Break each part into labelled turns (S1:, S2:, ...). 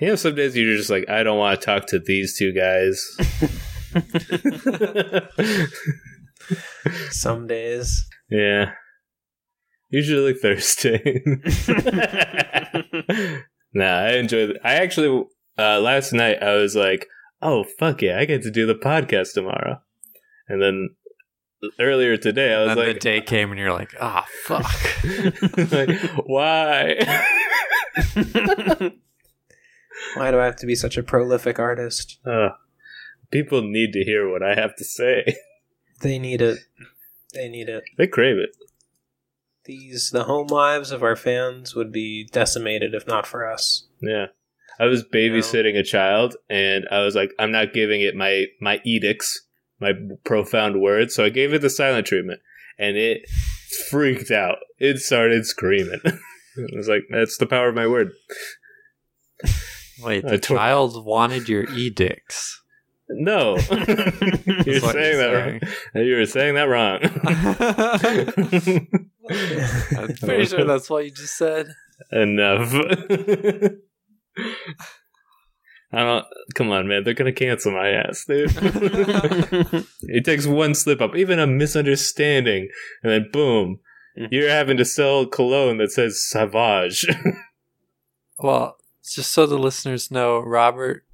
S1: You know, some days you're just like, I don't want to talk to these two guys.
S2: Some days.
S1: yeah. Usually Thursday. nah, I enjoy. th- I actually uh, last night I was like, "Oh fuck yeah, I get to do the podcast tomorrow." And then earlier today, I was
S3: then the
S1: like,
S3: day came and you're like, ah, fuck.
S1: like, "Why?"
S2: Why do I have to be such a prolific artist?
S1: Uh, people need to hear what I have to say.
S2: They need it. They need it.
S1: They crave it.
S2: These the home lives of our fans would be decimated if not for us.
S1: Yeah. I was babysitting a child and I was like, I'm not giving it my, my edicts, my profound words. So I gave it the silent treatment and it freaked out. It started screaming. I was like, that's the power of my word.
S3: Wait,
S1: I
S3: the
S1: told-
S3: child wanted your edicts.
S1: No. you're
S3: is what
S1: saying that wrong. You were saying that wrong.
S3: saying. I'm pretty sure that's what you just said.
S1: Enough. I don't. Come on, man. They're gonna cancel my ass, dude. It takes one slip up, even a misunderstanding, and then boom,
S2: Mhm.
S1: you're having to sell cologne that says Savage.
S3: Well, just so the listeners know, Robert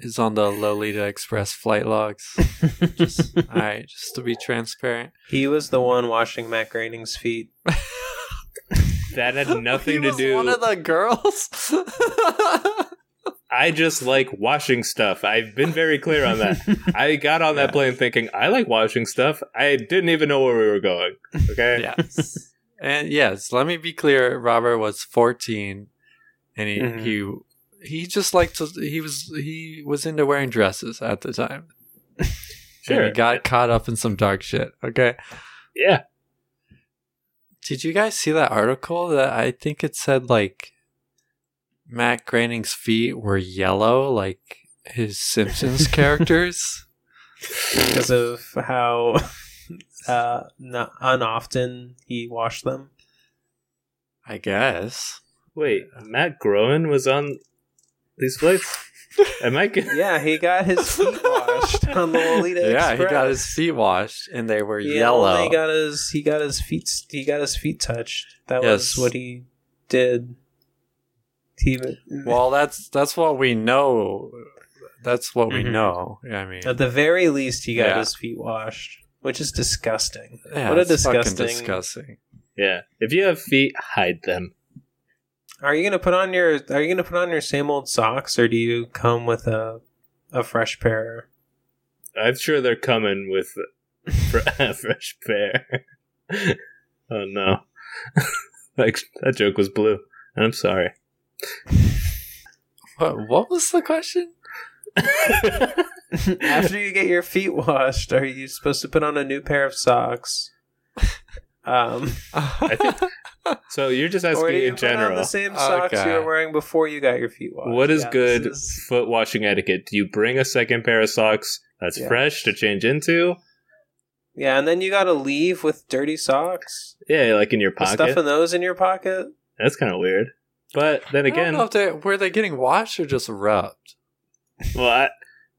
S3: is on the Lolita Express flight logs. just, all right, just to be transparent.
S2: he was the one washing Matt Groening's feet.
S1: that had
S3: He
S1: nothing to
S3: was
S1: do.
S3: One of the girls.
S1: I just like washing stuff. I've been very clear on that. I got on that
S3: Yeah.
S1: plane thinking I like washing stuff. I didn't even know where we were going. Okay.
S3: yes. And yes, let me be clear. Robert was 14, and he
S2: Mhm.
S3: he he just liked to. He was he was into wearing dresses at the time. And
S1: Sure.
S3: he got caught up in some dark shit. Okay.
S1: Yeah.
S3: Did you guys see that article that I think it said like Matt Groening's feet were yellow, like his Simpsons characters?
S2: because of how uh, not unoften he washed them.
S3: I guess.
S1: Wait, Matt Groen was on these flights. Am I? Good?
S2: Yeah, he got his feet washed on the Lolita
S3: yeah,
S2: Express.
S3: he got his feet washed and they were
S2: He
S3: yellow.
S2: only got his he got his feet he got his feet touched. That
S3: Yes.
S2: was what he did. He,
S3: well, that's that's what we know. That's what we
S1: Mm-hmm.
S2: Mhm.
S3: know. I mean,
S2: at the very least, he got
S3: Yeah.
S2: his feet washed, which is disgusting.
S3: yeah,
S2: what a
S3: it's fucking
S2: disgusting-
S3: disgusting.
S1: Yeah. If you have feet, hide them.
S2: Are you gonna put on your Are you gonna put on your same old socks, or do you come with a a fresh pair?
S1: I'm sure they're coming with fre- fresh pair. oh no! like that joke was blue. and I'm sorry.
S3: What, what was the question?
S2: After you get your feet washed, are you supposed to put on a new pair of socks? Um,
S1: think- so you're just
S2: or
S1: asking
S2: do you
S1: in
S2: put on
S1: general.
S2: the same socks you
S3: Okay.
S2: were wearing before you got your feet washed?
S1: What is
S2: Yeah,
S1: good
S2: this is-
S1: foot washing etiquette? Do you bring a second pair of socks that's
S2: Yeah.
S1: fresh to change into?
S2: Yeah, and then you got to leave with dirty socks.
S1: Yeah, like in your
S2: With
S1: pocket.
S2: Stuff in those in your pocket.
S1: that's kind of weird. But then
S3: I don't
S1: again,
S3: know if they were they getting washed or just rubbed.
S1: well, I,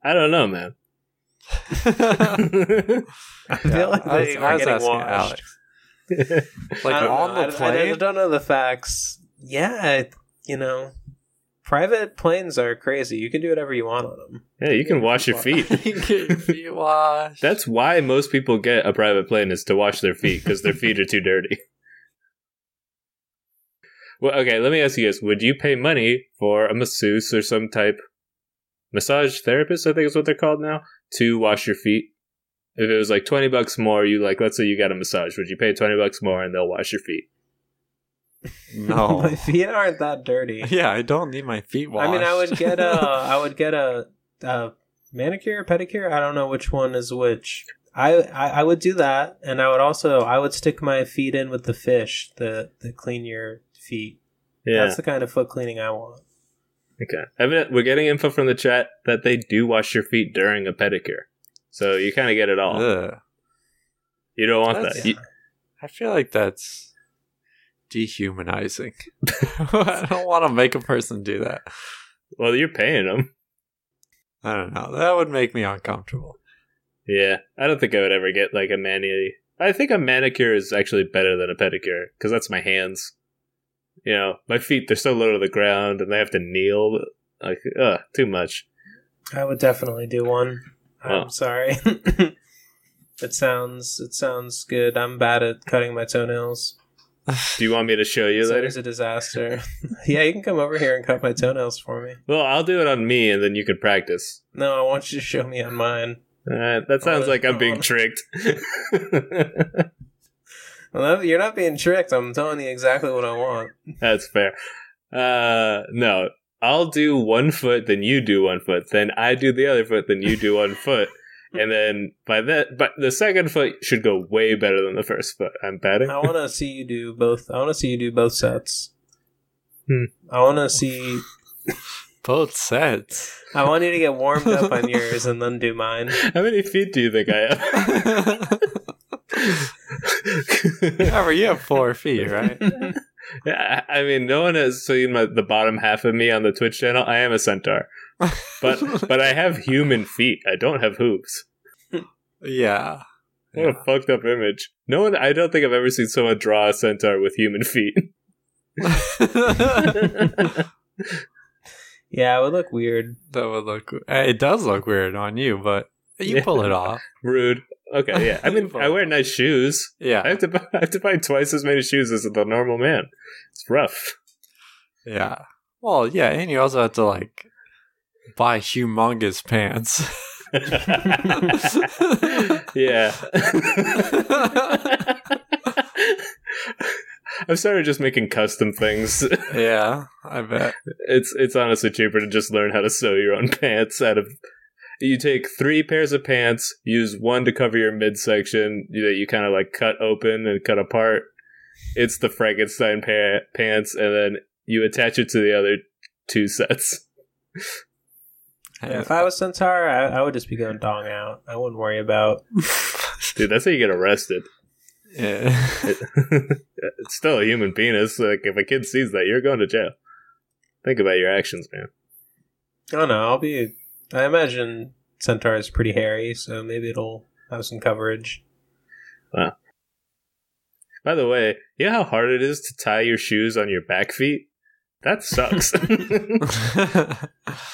S1: I don't know, man.
S3: I
S2: I feel like they are getting washed.
S3: Like
S2: I don't
S3: on
S2: know.
S3: the
S2: I- I,
S3: plane,
S2: don't know the facts. Yeah, it- you know, private planes are crazy. You can do whatever you want on them.
S1: yeah, you can wash your feet.
S3: you get your feet washed.
S1: That's why most people get a private plane is to wash their feet because their feet are too dirty. Well, okay, let me ask you guys: Would you pay money for a masseuse or some type massage therapist? I think is what they're called now to wash your feet. If it was like twenty bucks more, you like let's say you got a massage, would you pay twenty bucks more and they'll wash your feet?
S3: no. Oh.
S2: my feet aren't that dirty.
S3: yeah, I don't need my feet washed.
S2: I mean, I would get uh, a, I would get a, a manicure, pedicure. I don't know which one is which. I, I I would do that, and I would also I would stick my feet in with the fish, the the clean your feet.
S1: Yeah,
S2: That's the kind of foot cleaning I want.
S1: okay. Evident, we're getting info from the chat that they do wash your feet during a pedicure, so you kind of get it all.
S3: Ugh.
S1: You don't want
S3: That's-
S1: that. You-
S3: I feel like that's dehumanizing. I don't want to make a person do that.
S1: Well, you're paying them.
S3: I don't know. That would make me uncomfortable.
S1: Yeah, I don't think I would ever get like a mani. I think a manicure is actually better than a pedicure because that's my hands. You know, my feet they're so low to the ground and they have to kneel. Like, ugh, too much.
S2: I would definitely do one.
S1: Oh.
S2: I'm sorry. it sounds it sounds good. I'm bad at cutting my toenails.
S1: Do you want me to show you
S2: It's
S1: later?
S2: always a disaster. yeah, you can come over here and cut my toenails for me.
S1: Well, I'll do it on me, and then you can practice.
S2: No, I want you to show me on mine.
S1: Uh, that sounds
S2: that's
S1: like I'm being
S2: wrong.
S1: tricked.
S2: Well, that- you're not being tricked. I'm telling you exactly what I want.
S1: That's fair. Uh, no, I'll do one foot, then you do one foot, then I do the other foot, then you do one foot, and then by that, but the second foot should go way better than the first foot. I'm betting.
S2: I want to see you do both. I want to see you do both sets.
S1: Hmm.
S2: I want to see.
S3: Both sets.
S2: I want you to get warmed up on yours and then do mine.
S1: How many feet do you think I have?
S3: However, you have four feet, right?
S1: I I mean, no one has seen my, the bottom half of me on the Twitch channel. I am a centaur, but but I have human feet. I don't have hooves.
S3: yeah.
S1: What
S3: Yeah.
S1: a fucked up image. No one, I don't think I've ever seen someone draw a centaur with human feet.
S3: that
S2: yeah, I would look weird.
S3: would look. eh, It does look weird on you, but you
S1: Yeah.
S3: pull it off.
S1: Rude. Okay, yeah. I mean, I wear nice shoes. I
S3: Yeah.
S1: have to buy, I have to buy twice as many shoes as the normal man. It's rough.
S3: Yeah. Well, yeah, and you also have to like buy humongous pants.
S1: yeah. I've started just making custom things.
S3: yeah, I bet.
S1: It's it's honestly cheaper to just learn how to sew your own pants out of you take three pairs of pants, use one to cover your midsection that you kind of like cut open and cut apart. It's the Frankenstein pa- pants, and then you attach it to the other two sets.
S2: Yeah, if I was Centaur, I, I would just be going dong out. I wouldn't worry about.
S1: Dude, that's how you get arrested.
S3: yeah.
S1: it's still a human penis. Like if a kid sees that, you're going to jail. Think about your actions, man.
S2: I don't know. I'll be. I imagine Centaur is pretty hairy, so maybe it'll have some coverage.
S1: By the way, you know how hard it is to tie your shoes on your back feet? That sucks.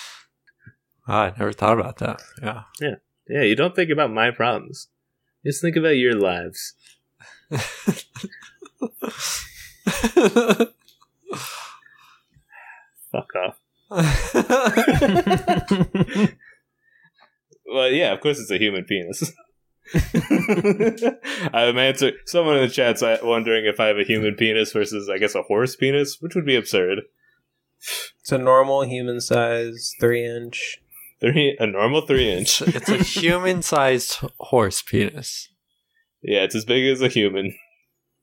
S3: Wow, Ah, I never thought about that. Yeah.
S1: yeah, you don't think about my problems. Just think about your lives. Fuck off. well, yeah, of course it's a human penis. I'm answering. Someone in the chat's uh, wondering if I have a human penis versus, I guess, a horse penis, which would be absurd.
S2: It's a normal human size, three inch.
S1: Three, a normal three inch.
S3: it's, it's a human sized horse penis.
S1: Yeah, it's as big as a human.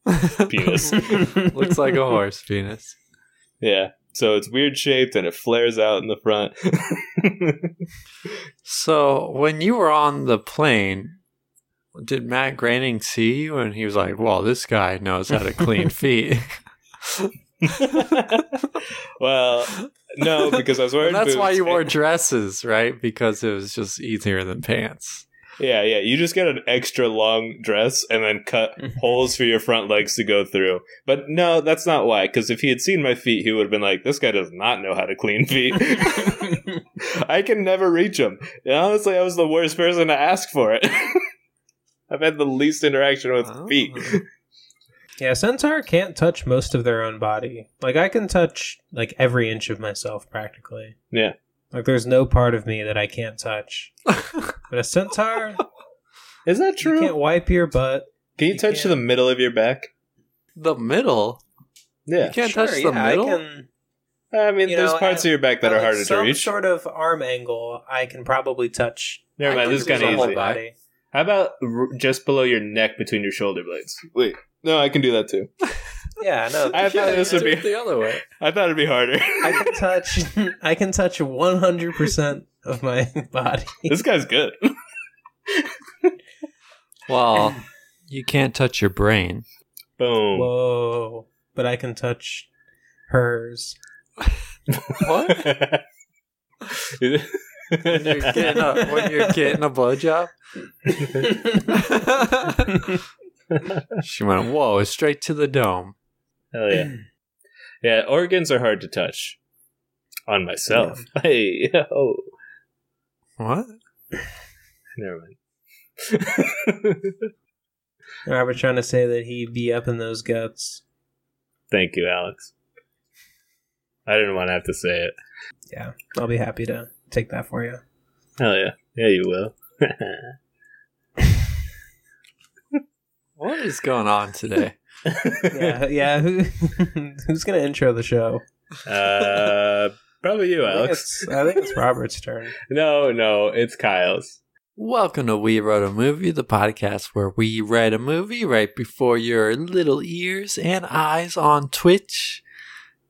S1: Penis.
S3: Looks like a horse penis.
S1: Yeah. So it's weird shaped and it flares out in the front.
S3: So when you were on the plane, did Matt Groening see you and he was like, "Well, this guy knows how to clean feet."
S1: well, no, because I was wearing
S3: And that's why
S1: boots.
S3: you wore dresses, right? Because it was just easier than pants.
S1: Yeah, yeah. You just get an extra long dress and then cut holes for your front legs to go through. But no, that's not why. Because if he had seen my feet, he would have been like, "This guy does not know how to clean feet. I can never reach him." And honestly, I was the worst person to ask for it. I've had the least interaction with
S3: Oh.
S1: feet.
S2: Yeah, Centaur can't touch most of their own body. Like I can touch like every inch of myself practically.
S1: Yeah.
S2: Like there's no part of me that I can't touch. But a centaur,
S1: Is that
S2: you
S1: true?
S2: can't wipe your butt.
S1: Can you
S2: You
S1: touch
S2: can't.
S1: the middle of your back?
S3: The middle.
S1: Yeah.
S3: You can't
S2: Sure,
S3: touch the
S2: yeah,
S3: middle.
S2: I can,
S1: I mean,
S2: You
S1: there's
S2: know,
S1: parts
S2: I-
S1: of your back that
S2: at
S1: are harder to
S2: some
S1: reach.
S2: sort of arm angle, I can probably touch.
S1: Never
S3: I
S1: mind,
S3: can
S1: this is
S3: do
S1: kind of
S3: the whole
S1: easy.
S3: back.
S1: How about r- just below your neck between your shoulder blades? Wait, no, I can do that too.
S2: Yeah, no.
S1: I thought
S3: Yeah,
S1: this would
S3: do
S1: be.
S3: it the other way.
S1: I thought it'd be harder.
S2: I can touch. I can touch 100 percent of my body.
S1: this guy's good.
S3: Well, you can't touch your brain.
S1: Boom.
S2: Whoa! But I can touch hers.
S3: What? when you're getting a, when you're getting a blowjob. she went, whoa, straight to the dome.
S1: Hell yeah. Yeah, organs are hard to touch. On myself. Hey, yo.
S3: What?
S1: Never mind.
S2: Robert trying to say that he'd be up in those guts.
S1: Thank you, Alex. I didn't want to have to say it.
S2: Yeah, I'll be happy to take that for you.
S1: Hell yeah. Yeah, you will.
S3: What is going on today?
S2: Yeah, yeah. Who, who's gonna intro the show?
S1: uh, probably you,
S2: I think,
S1: Alex.
S2: it's, I think it's Robert's turn.
S1: No, no, it's Kyle's.
S3: Welcome to We Wrote a Movie, the podcast where we write a movie right before your little ears and eyes on Twitch.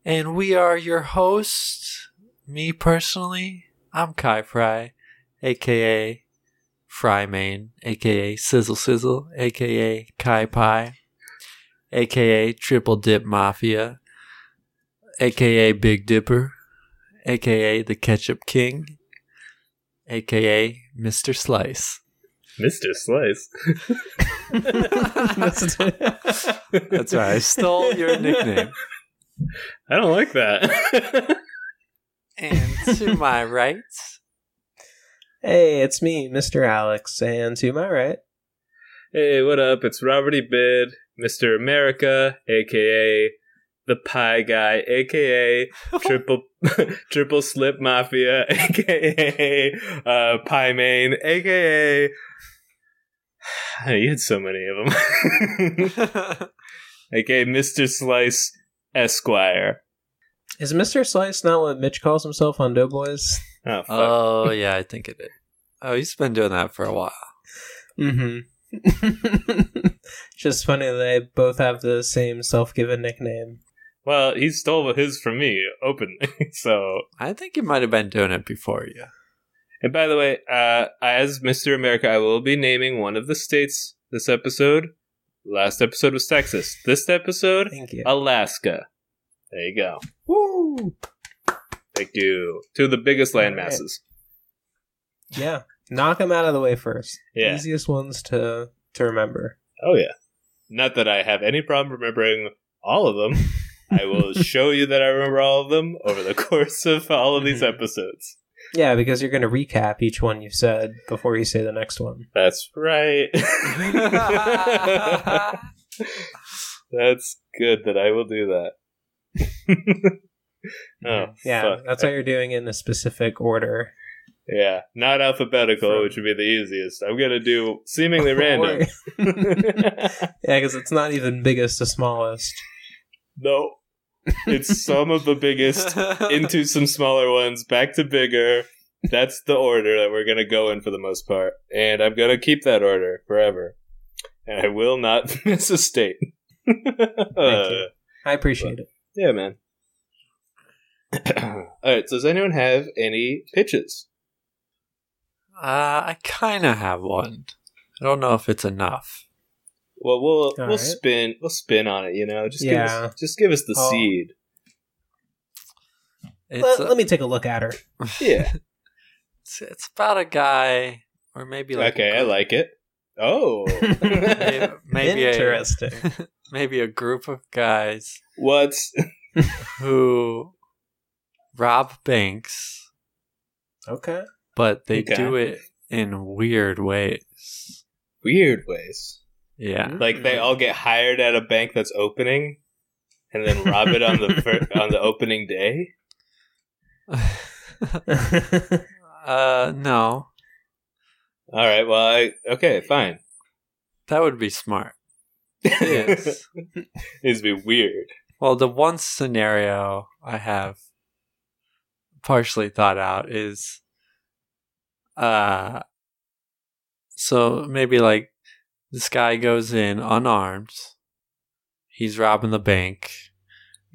S3: And we are your hosts. Me personally, I'm Kai Fry, aka Frymain, aka Sizzle Sizzle, aka Kai Pie, aka Triple Dip Mafia, aka Big Dipper, aka The Ketchup King, aka Mr. Slice.
S1: Mr. Slice.
S2: That's
S3: That's right. I stole your nickname.
S1: I don't like that.
S3: And to my right,
S2: Hey, it's me, Mr. Alex, and to my right,
S1: hey, what up? It's Robert E. Bid, Mr. America, aka the Pie Guy, aka Triple Triple Slip Mafia, aka uh, Pie Main, aka. you had so many of them. aka Mr. Slice Esquire.
S2: is Mr. Slice not what Mitch calls himself on Doughboys?
S1: Oh, fuck.
S3: oh yeah, I think it is. Oh, he's been doing that for a while.
S2: Mm-hmm. Just funny that they both have the same self-given nickname.
S1: Well, he stole his from me openly. So,
S3: I think he might have been doing it before you.
S1: and by the way, uh, as Mr. America, I will be naming one of the states this episode. Last episode was Texas. This episode,
S2: Thank you.
S1: Alaska. There you go.
S2: Woo!
S1: Thank you. Two of the biggest land masses.
S2: Yeah, knock them out of the way first.
S1: Yeah.
S2: Easiest ones to to remember.
S1: Oh, yeah. Not that I have any problem remembering all of them. I will show you that I remember all of them over the course of all of these
S2: Mhm.
S1: episodes.
S2: Yeah, because you're going to recap each one you've said before you say the next one.
S1: That's right. That's good that I will do that. oh,
S2: Yeah,
S1: fuck.
S2: that's how you're doing it in a specific order.
S1: yeah, not alphabetical,
S2: From-
S1: which would be the easiest. I'm gonna do seemingly random.
S2: yeah, because it's not even biggest to smallest.
S1: no, it's some of the biggest into some smaller ones, back to bigger. That's the order that we're gonna go in for the most part, and I'm gonna keep that order forever, and I will not miss a state.
S2: you. I appreciate it.
S1: Yeah, man. All right. So, does anyone have any pitches?
S3: Uh, I kind of have one. I don't know if it's enough.
S1: Well, we'll we'll
S2: right.
S1: spin we'll spin on it. You know, just give
S2: Yeah.
S1: us just give us the
S2: Oh.
S1: seed.
S3: It's
S2: Let,
S3: a-
S2: let me take a look at her.
S1: Yeah.
S3: it's, it's about a guy, or maybe like
S1: okay, I like it. Oh,
S3: maybe, maybe a,
S2: Interesting.
S3: maybe a group of guys
S1: what?
S3: who rob banks,
S2: okay.
S3: but they
S1: Okay.
S3: do it in weird ways.
S1: Weird ways.
S3: Yeah.
S1: Like they all get hired at a bank that's opening, and then rob it on the fir- on the opening day.
S3: uh, no,
S1: All right. Well, I okay, fine.
S3: that would be smart.
S1: Yes,
S3: Yes.
S1: it'd be weird.
S3: well, the one scenario I have partially thought out is, uh, so maybe like this guy goes in unarmed. He's robbing the bank.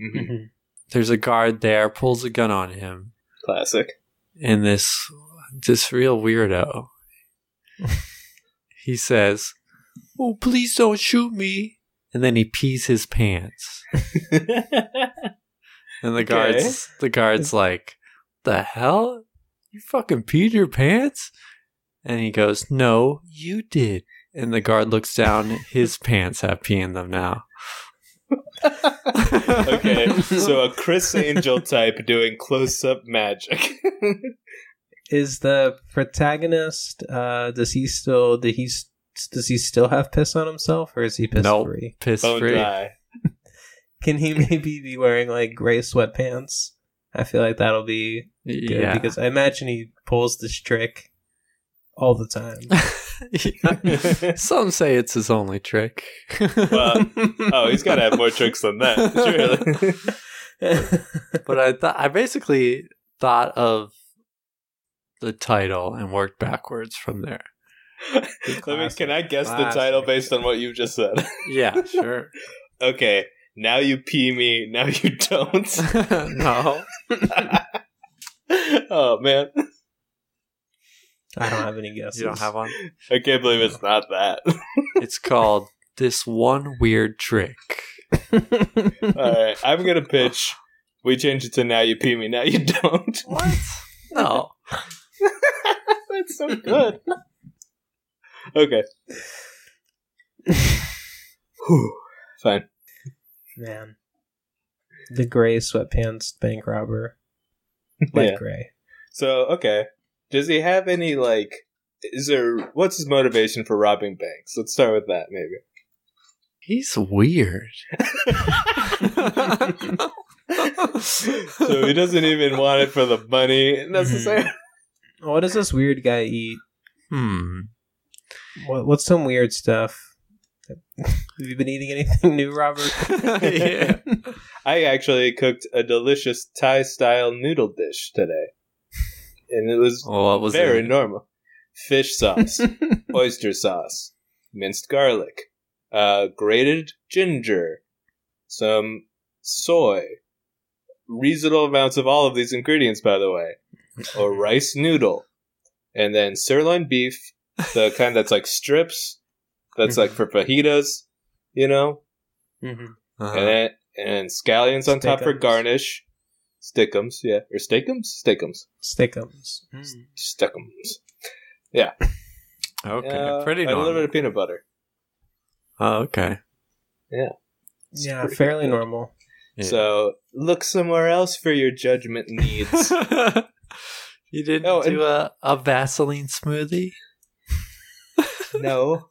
S1: Mhm.
S3: There's a guard there, pulls a gun on him.
S1: Classic.
S3: and this this real weirdo he says oh please don't shoot me and then he pees his pants and the
S1: Okay.
S3: guards the guards like the hell You fucking peed your pants? And he goes, No, you did. And the guard looks down. His pants have pee in them now.
S1: Okay, so a Chris Angel type doing close up magic.
S2: Is the protagonist? Uh, does he still? Did he? s- Does he still have piss on himself, or is he piss
S3: Nope.
S2: free?
S3: piss
S1: Bone
S3: free.
S1: dry.
S2: Can he maybe be wearing like gray sweatpants? I feel like that'll be good
S3: Yeah.
S2: because I imagine he pulls this trick all the time.
S3: Some say it's his only trick.
S1: Well, Oh, he's got to have more tricks than that. Surely.
S3: but I thought I basically thought of the title and worked backwards from there.
S1: Let me, can I guess the
S2: Classic.
S1: title based on what you just said?
S3: Yeah, sure.
S1: okay, now you pee me, now you don't.
S3: no.
S1: oh man,
S2: I don't have any guesses.
S3: You don't have one?
S1: I can't believe it's not that.
S3: It's called This One Weird Trick.
S1: All right, I'm gonna pitch. We change it to now you pee me, now you don't.
S3: What? No.
S1: That's so good. okay. Whew. Fine.
S2: Man, the gray sweatpants bank robber, light
S1: Yeah.
S2: gray.
S1: So okay, does he have any like? Is there what's his motivation for robbing banks? Let's start with that maybe.
S3: He's weird.
S1: so he doesn't even want it for the money
S3: Mhm.
S1: necessarily.
S2: What does this weird guy eat?
S3: hmm.
S2: What, what's some weird stuff? Have you been eating anything new, Robert?
S3: yeah.
S1: I actually cooked a delicious Thai style noodle dish today, and it was
S3: Well, what was
S1: very
S3: it?
S1: normal: fish sauce,
S3: Mm-hmm.
S1: oyster sauce, minced garlic, uh, grated ginger, some soy, reasonable amounts of all of these ingredients, by the way, a rice noodle, and then sirloin beef, the kind that's like strips, that's like for fajitas, you know,
S2: Mhm.
S3: Uh-huh.
S1: and then and then scallions on top for
S2: Steakums.
S1: garnish, stickums, yeah, or steakums, steakums,
S2: Stickums. Mm.
S1: stickums.
S3: okay,
S1: Uh,
S3: pretty
S1: A little
S3: normal.
S1: bit of peanut butter.
S3: oh, okay.
S1: It's
S2: Yeah,
S1: pretty
S2: fairly
S1: good.
S2: normal.
S3: Yeah.
S1: So look somewhere else for your judgment needs.
S3: you didn't
S1: Oh, and-
S3: do a, a Vaseline smoothie?
S1: no,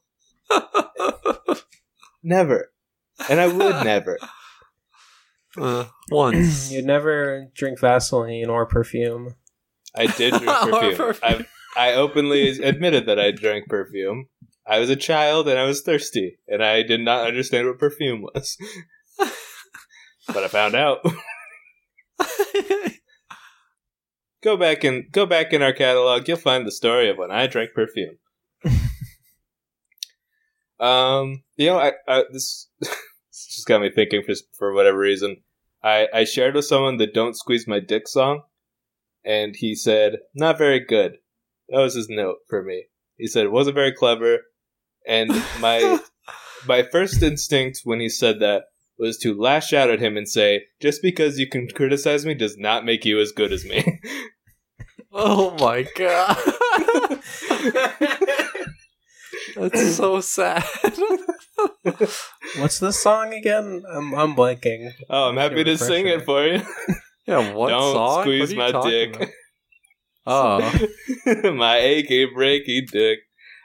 S1: never, and I would never.
S3: uh, once.
S2: You'd never drink Vaseline or perfume.
S1: I did drink
S3: Or
S1: perfume.
S3: perfume.
S1: I I openly admitted that I drank perfume. I was a child and I was thirsty, and I did not understand what perfume was. but I found out. go back and go back in our catalog. You'll find the story of when I drank perfume. um, you know, I, I this, this just got me thinking for for whatever reason. I I shared with someone the "Don't Squeeze My Dick" song, and he said, "Not very good." That was his note for me. He said, "Wasn't very clever," and my my first instinct when he said that was to lash out at him and say, "Just because you can criticize me does not make you as good as me."
S3: oh my god. That's so sad.
S2: What's this song again? I'm, I'm blanking.
S1: oh, I'm happy to
S2: Refresher.
S1: sing it for you.
S3: yeah, what
S1: Don't
S3: song? What are
S1: squeeze
S3: you
S1: my
S3: talking
S1: dick.
S3: about? Oh,
S1: My achy breaky dick.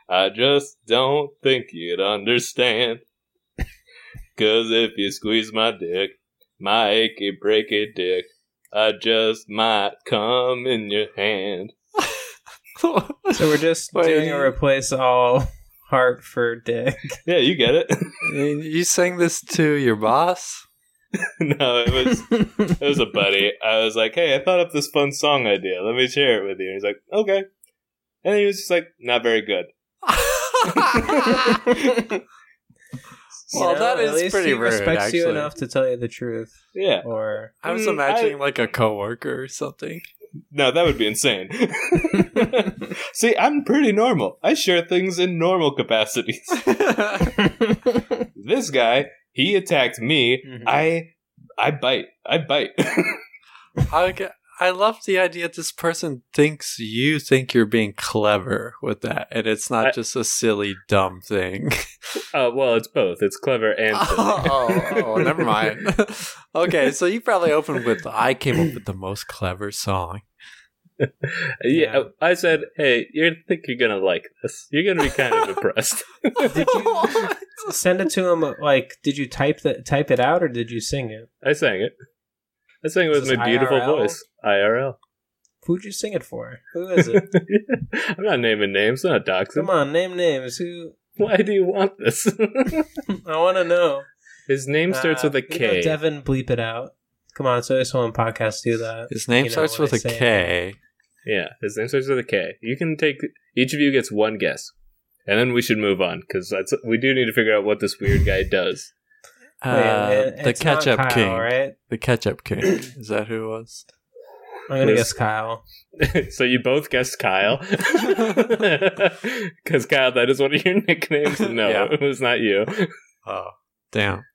S1: I just don't think you'd understand. Cause if you squeeze my dick, my achy breaky dick, I just might come in your hand.
S3: Oh.
S2: So we're just
S3: Wait.
S2: doing a replace all heart for dick.
S1: Yeah, you get it.
S3: And you sang this to your boss?
S1: no, it was it was a buddy. I was like, hey, I thought up this fun song idea. Let me share it with you. And he's like, okay. And he was just like, not very good.
S3: Well, that
S2: at
S3: is
S2: least
S3: pretty
S2: he
S3: rude,
S2: respects you
S3: actually.
S2: enough to tell you the truth.
S1: Yeah.
S2: Or
S3: I was
S1: Mm,
S3: imagining like a coworker or something.
S1: No, that would be insane. See, I'm pretty normal. I share things in normal capacities. This guy, Mm-hmm. he attacked me.
S2: Mhm.
S1: I I bite. I bite.
S3: I, ca- I love the idea that this person thinks you think you're being clever with that, and it's not
S1: I-
S3: just a silly, dumb thing.
S1: Uh, well, it's both. It's clever and
S3: oh,
S1: silly.
S3: oh, oh, never mind. okay, so you probably opened with I came up with the most clever song.
S1: yeah,
S2: Yeah.
S1: I said, hey, you think you're gonna like this? You're gonna be kind of impressed.
S2: Did you- Send it to him. Like, did you type the type it out or did you sing it?
S1: I sang it. I sang it
S2: This
S1: with
S2: is
S1: my beautiful
S2: IRL?
S1: voice. IRL.
S2: Who'd you sing it for? Who is it?
S1: I'm not naming names. I'm not doxing.
S2: Come on, name names. Who?
S1: Why do you want this?
S2: I want to know.
S1: His name starts
S2: Uh,
S1: with a
S2: you know
S1: K.
S2: Devin, bleep it out. Come on, so this one podcast do that.
S3: His name
S2: You know,
S3: starts
S2: when
S3: with
S2: I
S3: a
S2: say it.
S3: K.
S1: yeah, his name starts with a K. You can take each of you gets one guess, and then we should move on because that's we do need to figure out what this weird guy does.
S3: Uh,
S2: Wait, it-
S3: the
S2: it's not
S3: Ketchup
S2: Kyle,
S3: King.
S2: right?
S3: The Ketchup King. Is that who it was?
S2: I'm gonna
S1: Yes.
S2: guess Kyle.
S1: so you both guessed Kyle, because Kyle, that is one of your nicknames. No,
S3: Yeah.
S1: it was not you.
S3: Oh, damn.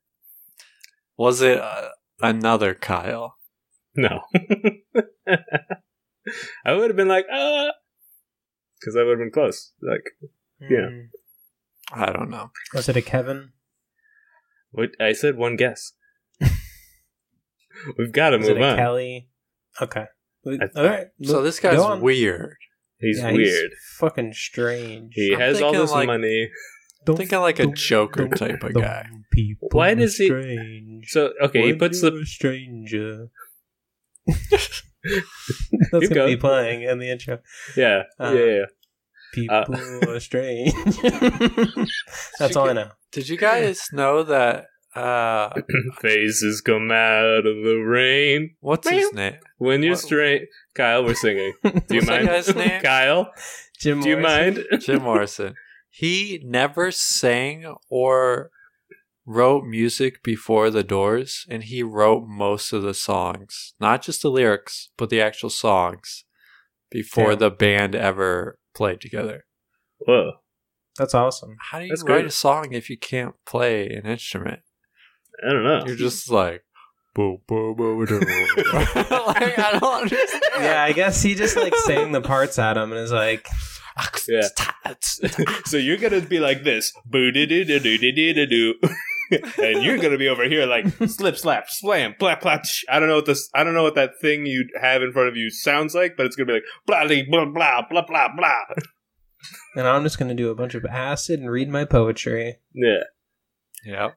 S3: Was it uh, another Kyle?
S1: No, I would have been like ah, because I would have been close. Like Yeah.
S2: Hmm.
S3: I don't know.
S2: Was it a Kevin?
S1: what I said, one guess. We've got to
S2: Was it
S1: move
S2: a
S1: on.
S2: Kelly? Okay. We-
S1: I-
S2: All right.
S3: So this guy's
S2: Go on.
S3: weird.
S1: he's
S2: Yeah,
S1: weird.
S2: fucking strange.
S1: He
S3: I'm
S1: has all
S3: thinking,
S1: this
S3: like,
S1: money.
S3: I'm thinking like a Joker type of guy.
S2: People
S1: Why does he-
S2: strange.
S1: So okay, he
S2: When
S1: puts the
S2: you're a stranger. That's gonna
S1: Keep going.
S2: be playing in the intro.
S1: yeah,
S3: Uh-huh.
S2: Uh,
S1: yeah, yeah.
S2: People are strange. That's all I know.
S3: Did you guys know that? Uh,
S1: Faces come out of the rain
S3: what's his name?
S1: when you're
S3: What-
S1: straight. Kyle, we're singing. Do you
S3: What's that
S1: mind,
S3: guy's name?
S1: Kyle?
S2: Jim
S1: Do you
S2: Morrison.
S1: mind?
S3: Jim Morrison. He never sang or wrote music before the Doors, and he wrote most of the songs, not just the lyrics, but the actual songs before
S2: Damn.
S3: the band ever played together.
S1: Whoa,
S2: That's awesome.
S3: How do you
S1: That's
S3: write
S1: great.
S3: a song if you can't play an instrument?
S1: I don't know.
S3: You're just like, boom, boom, boom, boom. like, I don't understand.
S2: Yeah, I guess he just like sang the parts at him and is like,
S1: Yeah. so you're gonna be like this, boo doo doo doo doo doo doo doo, and you're gonna be over here like slip slap slam blap blap. Sh- I don't know what this. I don't know what that thing you have in front of you sounds like, but it's gonna be like blah dee, blah blah blah blah blah.
S2: and I'm just gonna do a bunch of acid and read my poetry.
S1: Yeah,
S3: Yeah.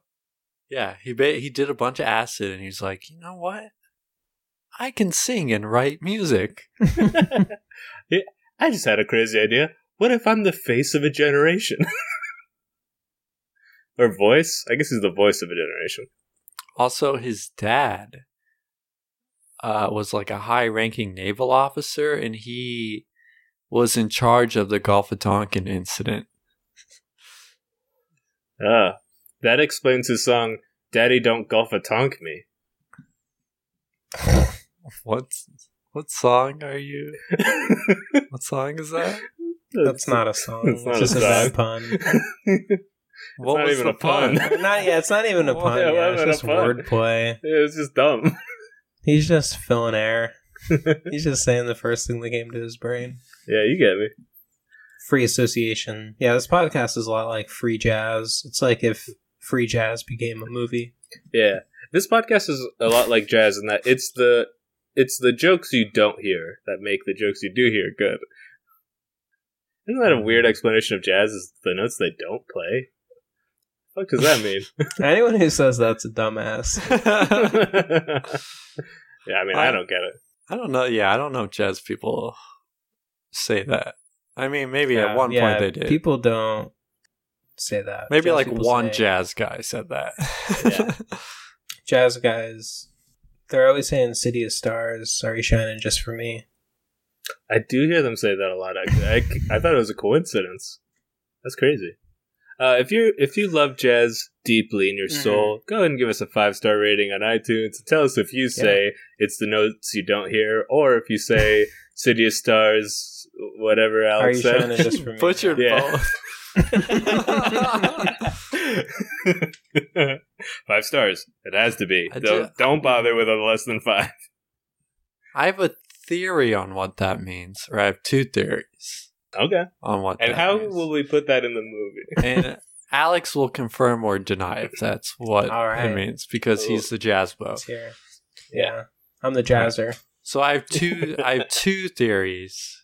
S3: Yeah, he ba- he did a bunch of acid and he's like, "You know what? I can sing and write music."
S1: I just had a crazy idea. What if I'm the face of a generation? or voice? I guess he's the voice of a generation.
S3: Also, his dad uh, was like a high-ranking naval officer and he was in charge of the Gulf of Tonkin incident.
S1: Ah, that explains his song "Daddy Don't Golf a Tonk Me."
S3: What what song are you? What song is that?
S2: That's not a song.
S1: That's
S2: It's
S1: not a
S2: just a,
S1: song.
S2: bad pun.
S3: What
S1: not
S3: was
S1: even
S3: the
S1: a pun.
S2: Not yeah, it's not even a
S3: Why-
S2: pun. Yeah,
S1: why
S2: it's
S1: would a
S2: just
S1: pun?
S2: wordplay.
S1: It's just dumb.
S2: He's just filling air. He's just saying the first thing that came to his brain.
S1: Yeah, you get me.
S2: Free association. Yeah, this podcast is a lot like free jazz. It's like if free jazz became a movie.
S1: Yeah, this podcast is a lot like jazz in that it's the it's the jokes you don't hear that make the jokes you do hear good. Isn't that a weird explanation of jazz? Is the notes they don't play? What does that mean?
S2: Anyone who says that's a dumbass.
S3: pun?
S1: yeah, I mean, I don't get it.
S3: I don't know. Yeah, I don't know if jazz people say that. I mean, maybe at one
S2: Yeah,
S3: point they did.
S2: People don't say that.
S3: maybe
S2: Jazz
S3: like
S2: people
S3: one
S2: say-
S3: jazz guy said that.
S1: Yeah.
S2: jazz guys. They're always saying "City of Stars," "Are You Shining Just for Me?"
S1: I do hear them say that a lot. Actually, I, I thought it was a coincidence. That's crazy. Uh, if you if you love jazz deeply in your
S3: Mm-hmm.
S2: Mhm.
S1: soul, go ahead and give us a five star rating on iTunes and tell us if you say it's the notes you don't hear, or if you say City of Stars, whatever
S2: Are you
S1: Alex
S2: shining
S1: said.
S2: just for me?
S3: Butchered
S1: Yeah.
S3: both.
S1: five stars. It has to be.
S3: I do-
S1: Don't, don't bother with a less than five.
S3: I have a theory on what that means, or I have two theories
S1: Okay.
S3: on what.
S1: And
S3: that
S1: how
S3: means.
S1: will we put that in the movie?
S3: and Alex will confirm or deny if that's what
S2: All right.
S3: it means because he's the jazz bow.
S2: It's here. Yeah. I'm the jazzer.
S3: So I have two. I have two theories.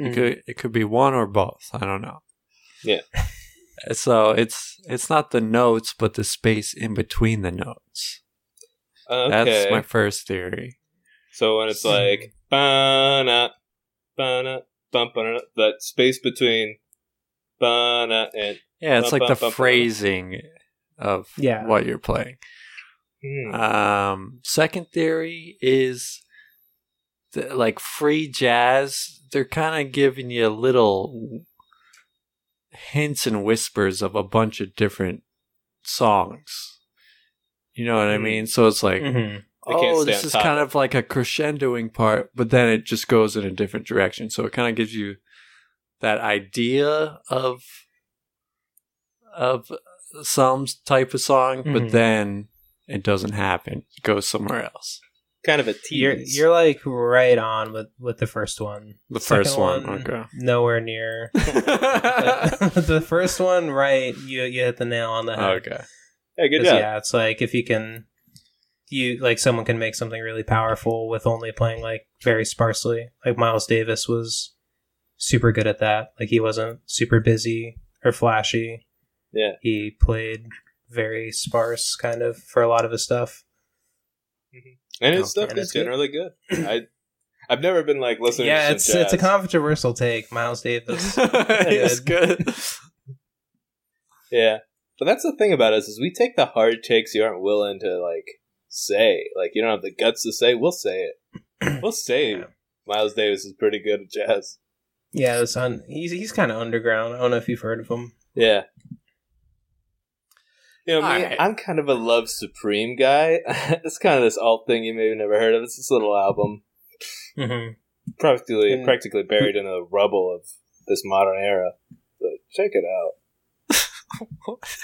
S2: Mm-hmm.
S3: It could it could be one or both. I don't know. Uh,
S1: Yeah.
S3: So it's it's not the notes, but the space in between the notes.
S1: Okay.
S3: That's my first theory.
S1: so when it's like ba-na, ba-na, bum, ba-na, that space between ba-na and
S3: Yeah, it's
S1: Bum, bum,
S3: like the
S1: bum, bum.
S3: phrasing of
S2: Yeah.
S3: what you're playing.
S1: hmm.
S3: Um, second theory is th- like free jazz. They're kind of giving you little hints and whispers of a bunch of different songs. You know what I
S1: Mm.
S3: mean? So it's like,
S2: Mhm.
S1: They can't
S3: oh,
S1: stay
S3: this
S1: on
S3: is
S1: top
S3: kind
S1: of
S3: of like a crescendoing part, but then it just goes in a different direction. So it kind of gives you that idea of of some type of song,
S2: Mhm.
S3: but then it doesn't happen. It goes somewhere else.
S1: kind of a tease.
S2: You're you're like right on with with the first one.
S3: The
S2: Second
S3: first one, okay.
S2: Nowhere near. the first one, right? You you hit the nail on the head.
S3: okay.
S1: Hey, good
S2: 'Cause,
S1: job.
S2: yeah, it's like if you can, you like someone can make something really powerful with only playing like very sparsely. Like Miles Davis was super good at that. Like he wasn't super busy or flashy.
S1: Yeah.
S2: he played very sparse, kind of for a lot of his stuff.
S1: And his
S3: Okay.
S1: stuff
S2: And
S1: is
S2: it's good.
S1: generally good. I I've never been like listening to
S2: yeah,
S1: some
S2: it's it's a
S1: jazz.
S2: controversial take, Miles Davis.
S3: it's good.
S1: Yeah. But that's the thing about us is we take the hard takes you aren't willing to like say. Like you don't have the guts to say, we'll say it. We'll say
S2: Yeah.
S1: Miles Davis is pretty good at jazz.
S2: yeah, it's on. He's he's kind of underground. I don't know if you've heard of him.
S1: Yeah. You know, me,
S3: Alright.
S1: I'm kind of a Love Supreme guy. it's kind of this alt thing you maybe never heard of. It's this little album,
S2: Mm-hmm.
S1: practically
S2: And-
S1: practically buried in the rubble of this modern era. But check it out.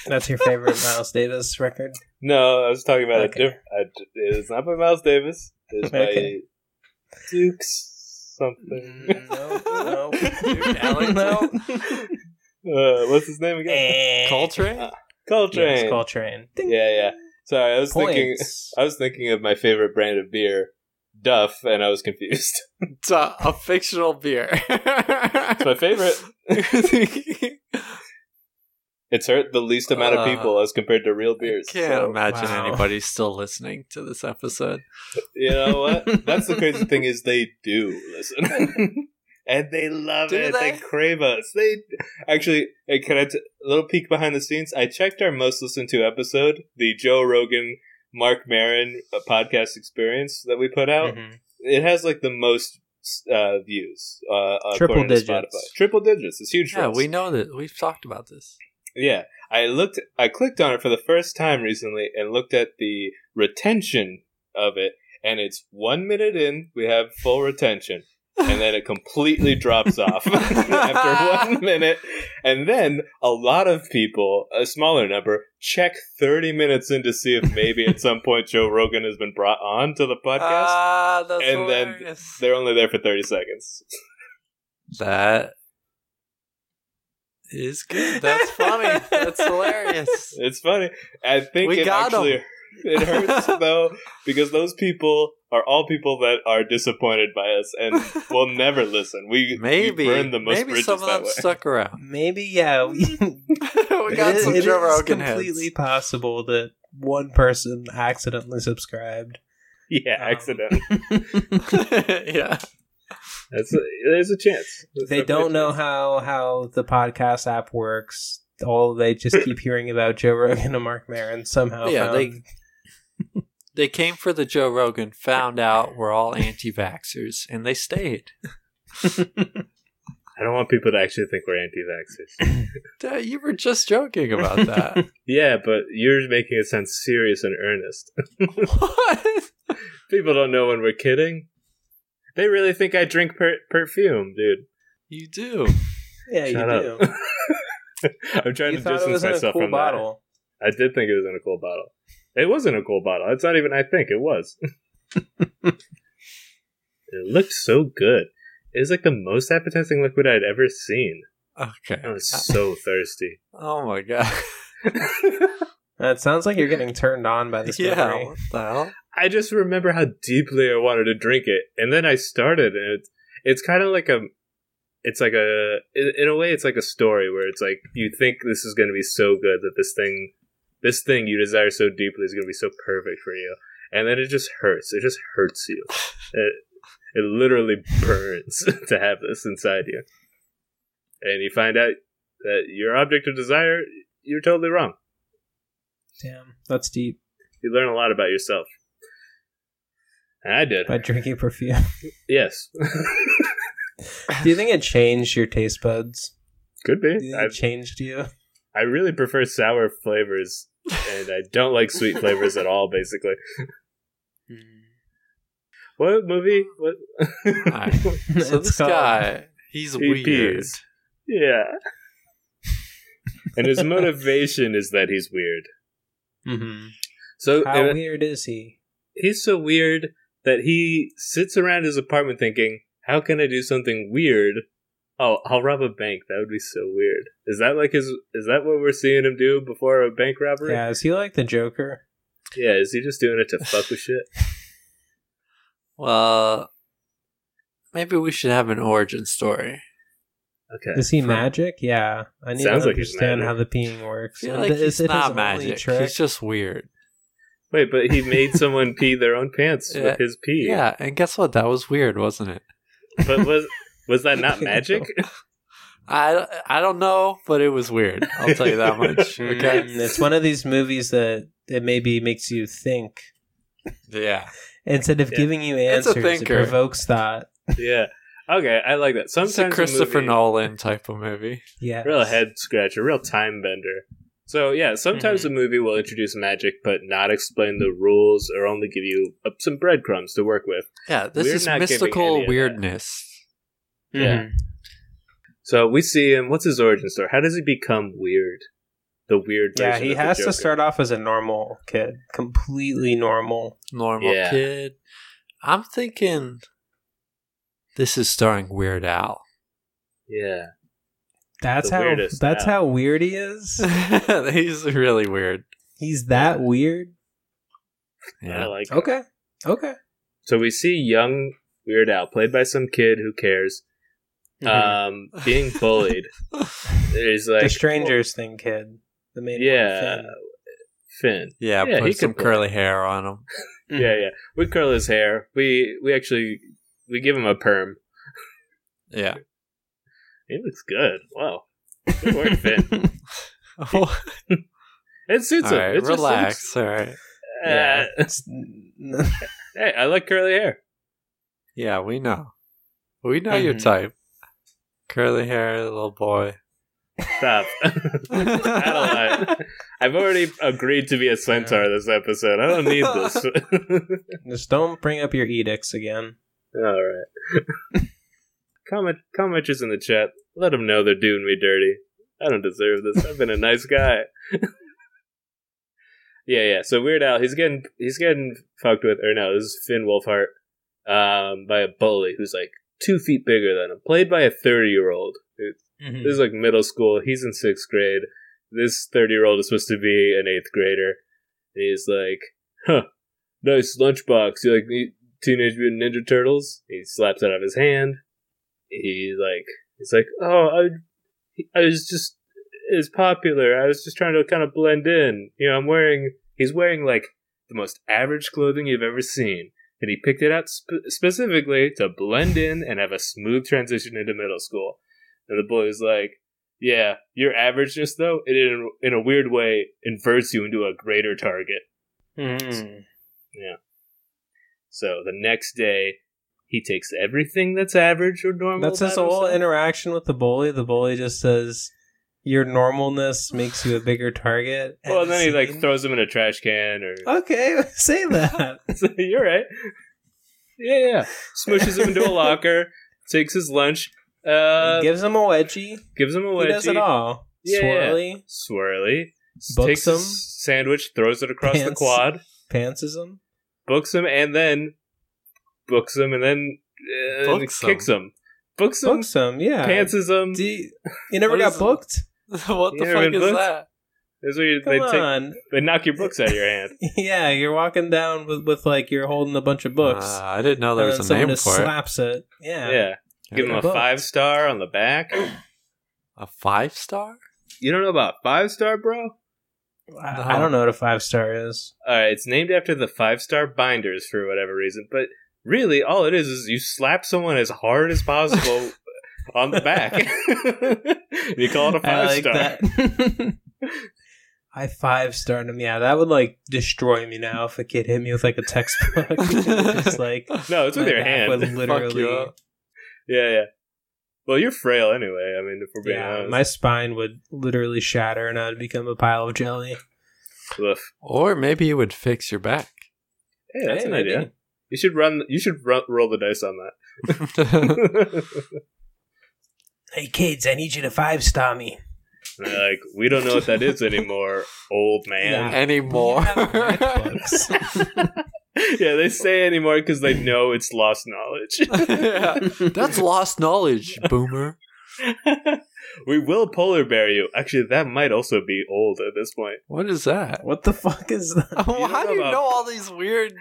S2: That's your favorite Miles Davis record.
S1: No, I was talking about
S2: Okay.
S1: a different. It's not by Miles Davis. It's
S2: Okay.
S1: by Dukes something.
S2: No, no,
S3: Dude, Alex.
S2: no.
S1: Uh, what's his name again?
S3: Coltrane?
S1: Coltrane.
S2: Yes, Coltrane. Ding.
S1: yeah, yeah. Sorry, I was thinking.
S2: Points.
S1: I was thinking of my favorite brand of beer, Duff, and I was confused.
S3: It's a, a fictional beer. it's
S1: my favorite.
S3: I
S1: It's hurt the least amount of
S3: Uh,
S1: people as compared to real beers.
S3: can't
S1: So,
S3: imagine
S2: wow.
S3: anybody still listening to this episode.
S1: you know what? That's the crazy thing is they do listen. And they love
S3: Do
S1: it. They?
S3: they?
S1: crave us. They actually. Hey, can I t- a little peek behind the scenes? I checked our most listened to episode, the Joe Rogan, Mark Marin uh, podcast experience that we put
S3: Mm-hmm.
S1: out.
S2: Mhm.
S1: It has like the most uh, views. Uh,
S2: Triple
S1: according to
S2: digits.
S1: Spotify. Triple digits. It's huge. for
S3: Yeah,
S1: us.
S3: we know that we've talked about this.
S1: Yeah, I looked. I clicked on it for the first time recently and looked at the retention of it, and it's one minute in, we have full retention, and then it completely drops off after one minute, and then a lot of people, a smaller number, check thirty minutes in to see if maybe at some point Joe Rogan has been brought on to the podcast.
S3: Ah, that's
S1: And then
S3: hilarious.
S1: They're only there for thirty seconds.
S3: that is good. That's funny. that's hilarious.
S1: It's funny. I think
S3: We
S1: it
S3: got 'em.
S1: actually it hurts though because those people are all people that are disappointed by us and will never listen. We
S3: Maybe
S1: we burn the most
S3: maybe
S1: bridges
S3: some of
S1: that
S3: them
S1: way.
S3: stuck around.
S2: Maybe yeah. We,
S3: we got
S2: it is-
S3: some
S2: it
S3: Joe
S2: is
S3: Rogan
S2: completely
S3: heads.
S2: possible that one person accidentally subscribed.
S1: Yeah,
S2: Um,
S1: accident.
S3: yeah,
S1: That's a, there's a chance.
S2: They don't know how how the podcast app works. All they just keep hearing about Joe Rogan and Mark Maron somehow.
S3: Yeah,
S2: found-
S3: they- they came for the Joe Rogan. Found out we're all anti-vaxxers, and they stayed.
S1: I don't want people to actually think we're anti-vaxxers.
S3: Dad, you were just joking about that.
S1: yeah, but you're making it sound serious and earnest.
S3: what?
S1: People don't know when we're kidding. They really think I drink per- perfume, dude.
S3: You do.
S2: yeah,
S1: Shut
S2: you
S1: up.
S2: do.
S1: I'm trying
S2: You
S1: to
S2: thought
S1: distance
S2: it was in a
S1: myself
S2: cool
S1: from that.
S2: bottle.
S1: I did think it was in a cool bottle. It was in a cool bottle. It's not even I think it was. It looked so good. It was like the most appetizing liquid I'd ever seen.
S3: Okay.
S1: I was so thirsty.
S3: Oh my god.
S2: That sounds like you're getting turned on by this
S3: yeah.
S2: memory.
S3: What the hell?
S1: I just remember how deeply I wanted to drink it, and then I started, and it's it's kind of like a, it's like a in, in a way it's like a story where it's like you think this is going to be so good that this thing, this thing you desire so deeply is going to be so perfect for you, and then it just hurts. It just hurts you. It it literally burns to have this inside you, and you find out that your object of desire you're totally wrong.
S2: Damn, that's deep.
S1: You learn a lot about yourself. And I did.
S2: By drinking perfume.
S1: Yes.
S2: Do you think it changed your taste buds?
S1: Could
S2: Do you
S1: be.
S2: think
S1: I,
S2: it changed you?
S1: I really prefer sour flavors, and I don't like sweet flavors at all, basically. What movie? What?
S3: Alright. So
S2: It's
S3: this
S2: called-
S3: guy, he's
S1: He
S3: weird.
S1: pees. yeah. And his motivation is that he's weird. Mm-hmm.
S2: Mhm.
S1: So
S2: How
S1: uh,
S2: weird is he?
S1: he's so weird that he sits around his apartment thinking, how can I do something weird? Oh, I'll rob a bank. That would be so weird. Is that like his? Is that what we're seeing him do before a bank robbery?
S2: Yeah, is he like the Joker?
S1: yeah is he just doing it to fuck with shit?
S3: Well, maybe we should have an origin story.
S1: Okay.
S2: Is he magic? Yeah, I need
S1: Sounds
S2: to
S1: like he's
S2: understand
S1: magic.
S2: how the peeing works.
S3: I feel
S2: And
S3: like
S2: is
S3: he's
S2: it his
S3: not
S2: only
S3: magic.
S2: trick?
S3: He's just weird.
S1: Wait, but he made someone pee their own pants
S3: Yeah.
S1: with his pee.
S3: Yeah, and guess what? That was weird, wasn't it?
S1: But was was that not magic?
S3: I, I don't know, but it was weird. I'll tell you that much.
S1: Mm.
S3: Okay.
S2: Mm, it's one of these movies that it maybe makes you think
S3: Yeah.
S2: instead of
S1: Yeah.
S2: giving you
S3: It's a
S2: answers. It
S3: thinker.
S2: provokes thought.
S1: yeah. Okay, I like that. Sometimes
S3: It's a Christopher
S1: movie,
S3: Nolan type of movie.
S2: Yeah,
S1: real head scratcher, real time bender. So yeah, sometimes
S3: Mm-hmm.
S1: a movie will introduce magic but not explain the rules or only give you uh, some breadcrumbs to work with.
S3: Yeah, this
S1: We're
S3: is
S1: not giving any
S3: mystical
S1: of that.
S3: weirdness. Mm-hmm.
S1: Yeah. So we see him. What's his origin story? How does he become weird? The weird.
S2: Yeah,
S1: version
S2: he
S1: of the
S2: has to
S1: Joker.
S2: start off as a normal kid, completely normal.
S3: normal
S1: Yeah.
S3: kid. I'm thinking this is starring Weird Al.
S1: Yeah,
S2: That's
S1: The
S2: how
S1: weirdest
S2: that's
S1: now.
S2: how weird he is.
S3: He's really weird.
S2: He's that weird.
S1: I
S3: Yeah.
S1: like. it.
S2: Okay. Okay.
S1: So we see young Weird Al, played by some kid who cares, um,
S3: Mm-hmm.
S1: being bullied. He's like
S2: the strangers thing kid. The main one,
S1: Yeah,
S2: Finn.
S1: Finn.
S3: yeah,
S1: Yeah, he
S3: put some
S1: could play.
S3: curly hair on him.
S2: Mm-hmm.
S1: Yeah, yeah. We curl his hair. We we actually we give him a perm.
S3: Yeah.
S1: He looks good. Wow. Good work, Finn.
S3: All
S1: It suits him.
S3: right,
S1: It just looks-
S3: relax. All right.
S1: Uh,
S2: Yeah. It's- n-
S1: Hey, I like curly hair.
S3: Yeah, we know. We know your
S2: Mhm.
S3: type. Curly hair, little boy.
S1: Stop. I don't like. I've already agreed to be a centaur this episode. I don't need this.
S2: Just don't bring up your edicts again.
S1: All right. Comment commenters in the chat. Let them know they're doing me dirty. I don't deserve this. I've been a nice guy. yeah, yeah. So Weird Al, he's getting he's getting fucked with, or no, this is Finn Wolfhart, um, by a bully who's like two feet bigger than him, played by a thirty year old. This is like middle school. He's in sixth grade. This 30 year old is supposed to be an eighth grader. And he's like, huh, nice lunchbox. You like the Teenage Mutant Ninja Turtles? He slaps it out of his hand. He like, he's like, oh, I, I was just, it's popular. I was just trying to kind of blend in. You know, I'm wearing, he's wearing like the most average clothing you've ever seen. And he picked it out sp- specifically to blend in and have a smooth transition into middle school. And the boy is like, "Yeah, your averageness though, it in, in a weird way inverts you into a greater target." So the next day, he takes everything that's average or normal.
S2: That's his
S1: about
S2: whole
S1: himself.
S2: interaction with the bully. The bully just says, "Your normalness makes you a bigger target."
S1: Well, and then he like
S2: Scene.
S1: throws him in a trash can, or
S2: Oh, Okay, say that.
S1: So you're right. Yeah, yeah. Smooshes him into a locker, takes his lunch, uh,
S2: gives him a wedgie.
S1: gives him a wedgie,
S2: He does it all.
S1: Yeah, yeah.
S2: Swirly,
S1: swirly,
S2: Books
S1: takes
S2: him.
S1: his sandwich, throws it across the
S2: Pants.
S1: quad.
S2: pantses him.
S1: books him and then books him and then and
S3: Books 'em.
S1: kicks him, books him,
S2: Book some, yeah.
S1: pantses him.
S2: Do you, you never
S3: What
S2: got
S3: is-
S2: booked?
S3: what the
S1: Yeah,
S3: fuck
S1: man,
S3: is
S1: books?
S3: that?
S1: That's where you,
S2: Come
S1: they take,
S2: on.
S1: they knock your books out of your hand.
S2: Yeah, you're walking down with, with like you're holding a bunch of books.
S3: Uh, I didn't know there
S2: and
S3: was
S2: then
S3: a
S2: someone
S3: name
S2: just
S3: for it.
S2: slaps it. Yeah.
S1: Yeah, give him a
S2: Books.
S1: five star on the back.
S3: A five star?
S1: You don't know about five star, bro?
S2: I,
S3: No.
S2: I don't know what a five star is.
S1: All right, Uh, it's named after the five star binders for whatever reason, but really, all it is is you slap someone as hard as possible on the back. you call it a
S2: I
S1: five
S2: like
S1: star.
S2: that. I five starred him. Yeah, that would like destroy me now if a kid hit me with like a textbook. Just like
S1: No, it's with
S2: my
S1: your
S2: back
S1: hand.
S2: would
S3: you
S2: literally.
S3: up.
S1: Yeah, yeah. Well, you're frail anyway. I mean, if we're being
S2: Yeah,
S1: honest.
S2: my spine would literally shatter and I'd become a pile of jelly.
S1: Oof.
S3: Or maybe it would fix your back.
S1: Hey, that's an
S2: Hey, maybe.
S1: idea. You should run. You should ru roll the dice on
S3: That's
S1: that.
S2: Hey kids, I need you to five star me.
S1: And they're like, we don't know what that is anymore, old man.
S3: anymore.
S2: You have MacBooks.
S1: yeah, they say anymore because they know it's lost knowledge.
S3: Yeah. That's lost knowledge, boomer.
S1: we will polar bear you. Actually, that might also be old at this point.
S3: What is that?
S2: what the fuck is that?
S3: How do
S1: know
S3: you
S1: about-
S3: know all these weird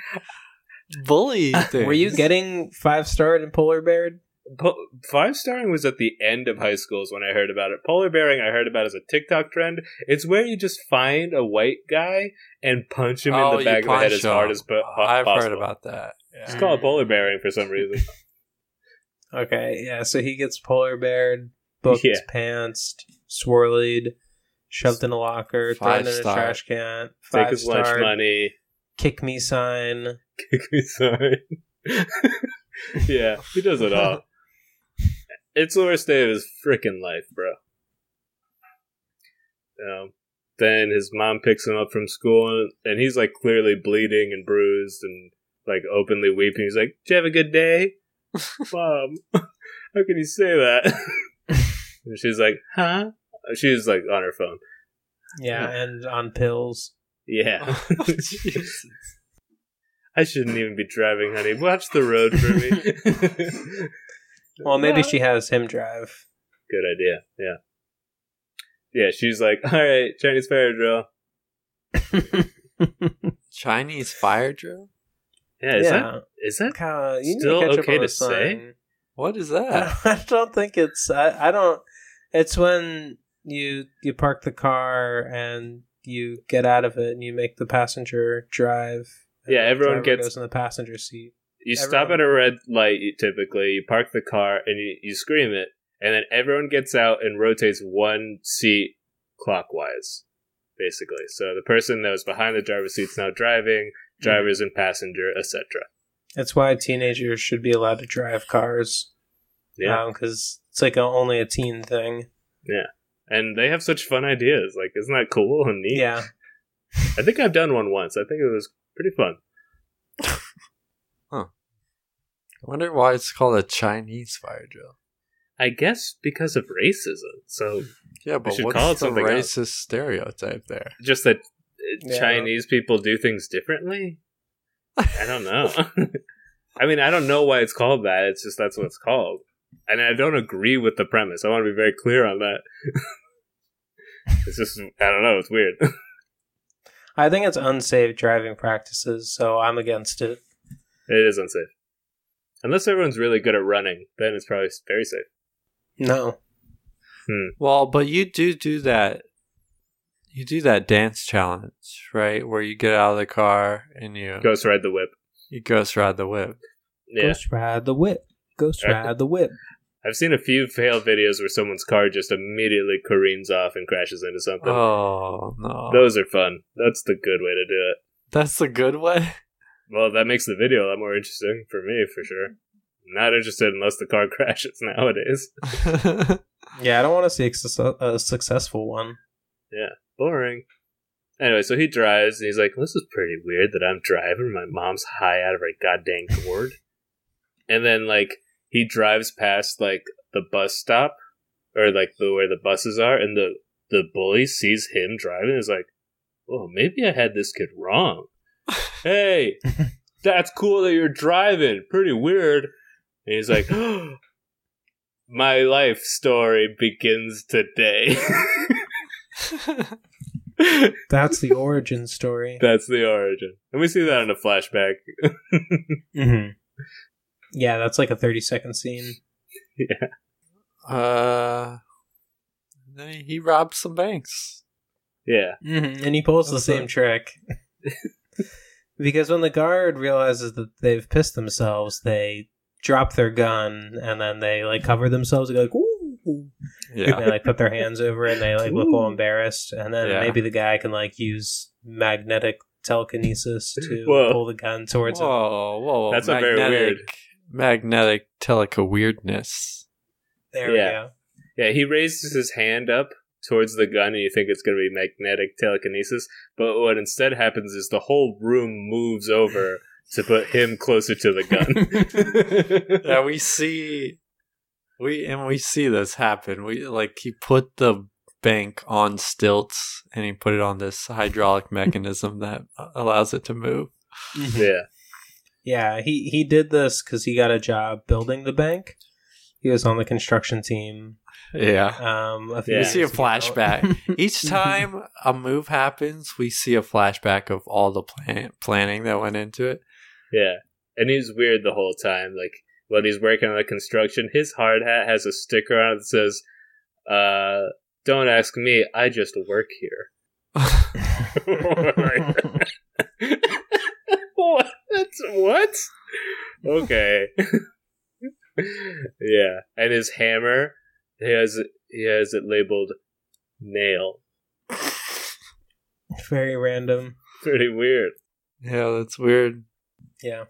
S3: bully things?
S2: Were you getting five starred and polar beared?
S1: Po- Five starring was at the end of high school is when I heard about it. Polar bearing I heard about as a TikTok trend. It's where you just find a white guy and punch him in
S3: Oh,
S1: the
S3: you
S1: back of the head
S3: punch
S1: as hard
S3: him.
S1: as po- ho-
S3: I've
S1: possible.
S3: heard about that.
S1: It's
S3: Yeah.
S1: called polar bearing for some reason.
S2: Okay, yeah, so he gets polar beared, booked,
S1: Yeah.
S2: pantsed, swirled, shoved in a locker,
S3: Five
S2: thrown in a
S3: star.
S2: trash can,
S1: Take his
S2: five-starred,
S1: lunch money.
S2: kick me sign.
S1: Sorry. yeah, he does it all. It's the worst day of his freaking life, bro. Um, then his mom picks him up from school, and, and he's like clearly bleeding and bruised and like openly weeping. He's like, "Did you have a good day, mom? How can you say that?" and she's like, "Huh?" She's like on her phone.
S2: Yeah, and on pills.
S1: Yeah,
S3: Oh, Jesus.
S1: I shouldn't even be driving, honey. Watch the road for me.
S2: Well, maybe
S1: Yeah.
S2: she has him drive.
S1: Good idea. Yeah. Yeah, she's like, all right, Chinese fire drill.
S3: Chinese fire drill?
S1: Yeah, is that
S2: yeah,
S1: is that
S2: Kinda- you need
S1: still
S2: catch up
S1: okay
S2: on
S1: to
S2: the sign.
S1: say?
S3: What is
S2: I
S3: that?
S2: don't- I don't think it's. I, I don't. It's when you you park the car and you get out of it and you make the passenger drive. and
S1: Yeah,
S2: the
S1: everyone
S2: driver
S1: gets-
S2: goes in the passenger seat.
S1: you stop
S2: everyone-
S1: at a red light you- typically, you park the car and you, you scream it, and then everyone gets out and rotates one seat clockwise, basically. So the person that was behind the driver's seat's now driving,
S2: Hmm.
S1: drivers and passenger, etc.
S2: That's why teenagers should be allowed to drive cars.
S1: Yeah.
S2: because it's like a, only a teen thing.
S1: And they have such fun ideas. Like, isn't that cool and neat?
S2: Yeah,
S1: I think I've done one once. I think it was pretty fun.
S3: I wonder why it's called a Chinese fire drill.
S1: I guess because of racism. So
S3: Yeah, but
S1: should
S3: what's
S1: call it
S3: the
S1: something
S3: racist
S1: else.
S3: stereotype there?
S1: just that uh,
S2: Yeah.
S1: Chinese people do things differently. I don't know. I mean, I don't know why it's called that. It's just that's what it's called. And I don't agree with the premise. I want to be very clear on that. it's just, I don't know. It's weird.
S2: I think it's unsafe driving practices, so I'm against it.
S1: it is unsafe. Unless everyone's really good at running, then it's probably very safe.
S2: No,
S3: Well, but you do do that. You do that dance challenge, right? Where you get out of the car and you
S1: Ghost ride the whip.
S3: you ghost ride the whip.
S1: Yeah.
S2: ghost ride the whip. Ghost
S1: Okay.
S2: ride the whip.
S1: I've seen a few fail videos where someone's car just immediately careens off and crashes into something.
S3: Oh no,
S1: Those are fun. That's the good way to do it.
S3: that's the good way.
S1: Well, that makes the video a lot more interesting for me, for sure. Not interested unless the car crashes nowadays.
S2: Yeah, I don't want to see a, success- a successful one.
S1: Boring. Anyway, so he drives and he's like, "This is pretty weird that I'm driving. My mom's high out of her goddamn gourd." and then, like, he drives past like the bus stop or like the where the buses are, and the the bully sees him driving and is like, "Well, maybe I had this kid wrong." hey, that's cool that you're driving. Pretty weird. And he's like, My life story begins today.
S2: That's the origin story.
S1: That's the origin. And we see that in a flashback.
S2: Mm-hmm. Yeah, that's like a 30 second scene.
S3: Uh, then he robbed some banks.
S1: Yeah.
S2: Mm-hmm. And he pulls the
S3: That's
S2: same
S3: right.
S2: trick. because when the guard realizes that they've pissed themselves, they drop their gun and then they like cover themselves and go like, ooh. And they like put their hands over it and they like look all embarrassed. And then
S3: Yeah.
S2: maybe the guy can like use magnetic telekinesis to
S1: Whoa.
S2: pull the gun towards him.
S3: whoa, whoa!
S1: That's a very weird-
S3: magnetic teleco weirdness.
S2: There
S1: Yeah. Yeah, he raises his hand up towards the gun, and you think it's going to be magnetic telekinesis. But what instead happens is the whole room moves over to put him closer to the gun.
S3: Yeah, we see, we and we see this happen. We like he put the bank on stilts and he put it on this hydraulic mechanism that uh, allows it to move.
S2: we go.
S1: yeah,
S2: Yeah, he he did this because he got a job building the bank. He was on the construction team.
S3: Yeah.
S2: Um, a few
S1: You
S2: years
S3: see a
S2: ago.
S3: flashback. Each time a move happens, we see a flashback of all the plan- planning that went into it.
S1: yeah. And he's weird the whole time. Like when he's working on the construction, his hard hat has a sticker on it that says, uh, "Don't ask me. I just work here." what? What? Okay. yeah, and his hammer, he has he has it labeled nail.
S2: Very random.
S1: Pretty weird.
S3: Yeah, that's weird.
S2: Yeah,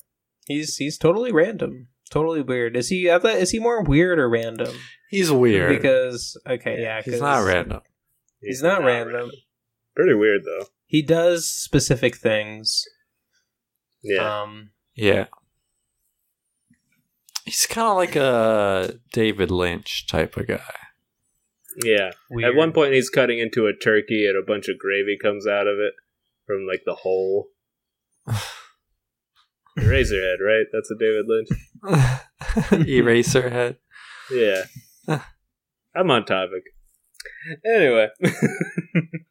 S2: he's he's totally random. Totally weird. Is he? I thought, is he more weird or random?
S3: He's weird.
S2: Because okay, yeah,
S3: he's
S2: 'cause
S3: not random.
S2: He's not random.
S1: Pretty weird though.
S2: He does specific things.
S1: Yeah.
S2: Um,
S3: Yeah. He's kind of like a David Lynch type of guy.
S1: yeah.
S2: weird.
S1: At one point, he's cutting into a turkey, and a bunch of gravy comes out of it from like the hole. Razorhead, right? That's a David Lynch.
S3: Eraser head.
S1: Yeah.
S3: Huh.
S1: I'm on topic. Anyway.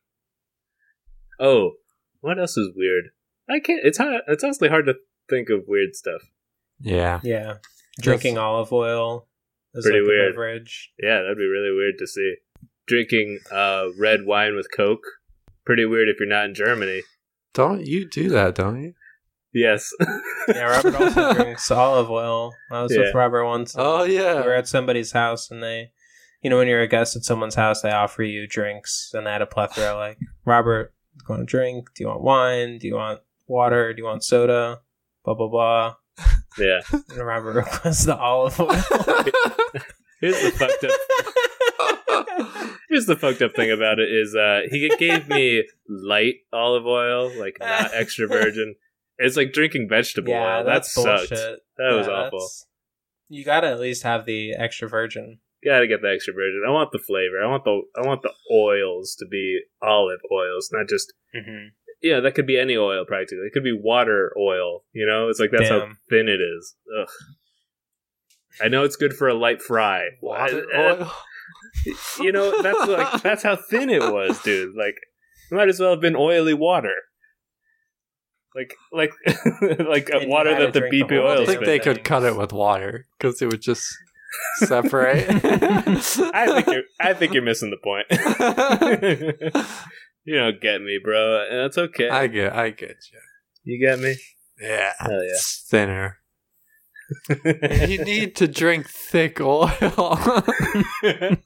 S1: oh, what else is weird? I can't. It's hard, it's honestly hard to think of weird stuff.
S3: Yeah.
S2: yeah, drinking olive oil is
S1: Pretty
S2: like a
S1: weird.
S2: beverage.
S1: Yeah, that'd be really weird to see. Drinking uh, red wine with Coke. Pretty weird if you're not in Germany.
S3: Don't you do that, don't you?
S1: Yes.
S2: Yeah, Robert also drinks olive oil. I was
S1: Yeah.
S2: with Robert once.
S3: Oh, yeah.
S2: we were at somebody's house and they you know when you're a guest at someone's house they offer you drinks and they had a plethora like robert do you want a drink do you want wine do you want water do you want soda blah blah blah
S1: yeah.
S2: and robert requests the olive oil
S1: Here's the fucked up. Here's the fucked up thing about it is uh, he gave me light olive oil, like not extra virgin. It's like drinking vegetable
S2: yeah
S1: oil.
S2: that's
S1: that
S2: bullshit
S1: sucked. That was
S2: Yeah,
S1: awful.
S2: that's- you gotta at least have the extra virgin
S1: Gotta get the extra virgin. I want the flavor. I want the I want the oils to be olive oils, not just
S2: mm-hmm.
S1: yeah. That could be any oil practically. It could be water oil. You know, it's like that's how
S2: Damn.
S1: thin it is. Ugh. I know it's good for a light fry.
S3: Water
S1: I- I-
S3: oil.
S1: Uh, You know, that's like that's how thin it was, dude. Like, it might as well have been oily water. Like, like, like uh,
S2: And you
S1: water
S2: had to
S1: that the
S2: drink the
S1: BP
S2: whole
S3: I
S1: oil. has
S2: thing.
S3: don't think
S1: been
S3: they
S1: in.
S3: could cut it with water because it would just separate.
S1: I think you're. I think you're missing the point. you don't get me, bro. And that's okay.
S3: I get. I get
S1: you get me.
S3: you. Yeah.
S1: Hell
S3: It's thinner.
S1: yeah.
S3: You need to drink thick oil. Oh,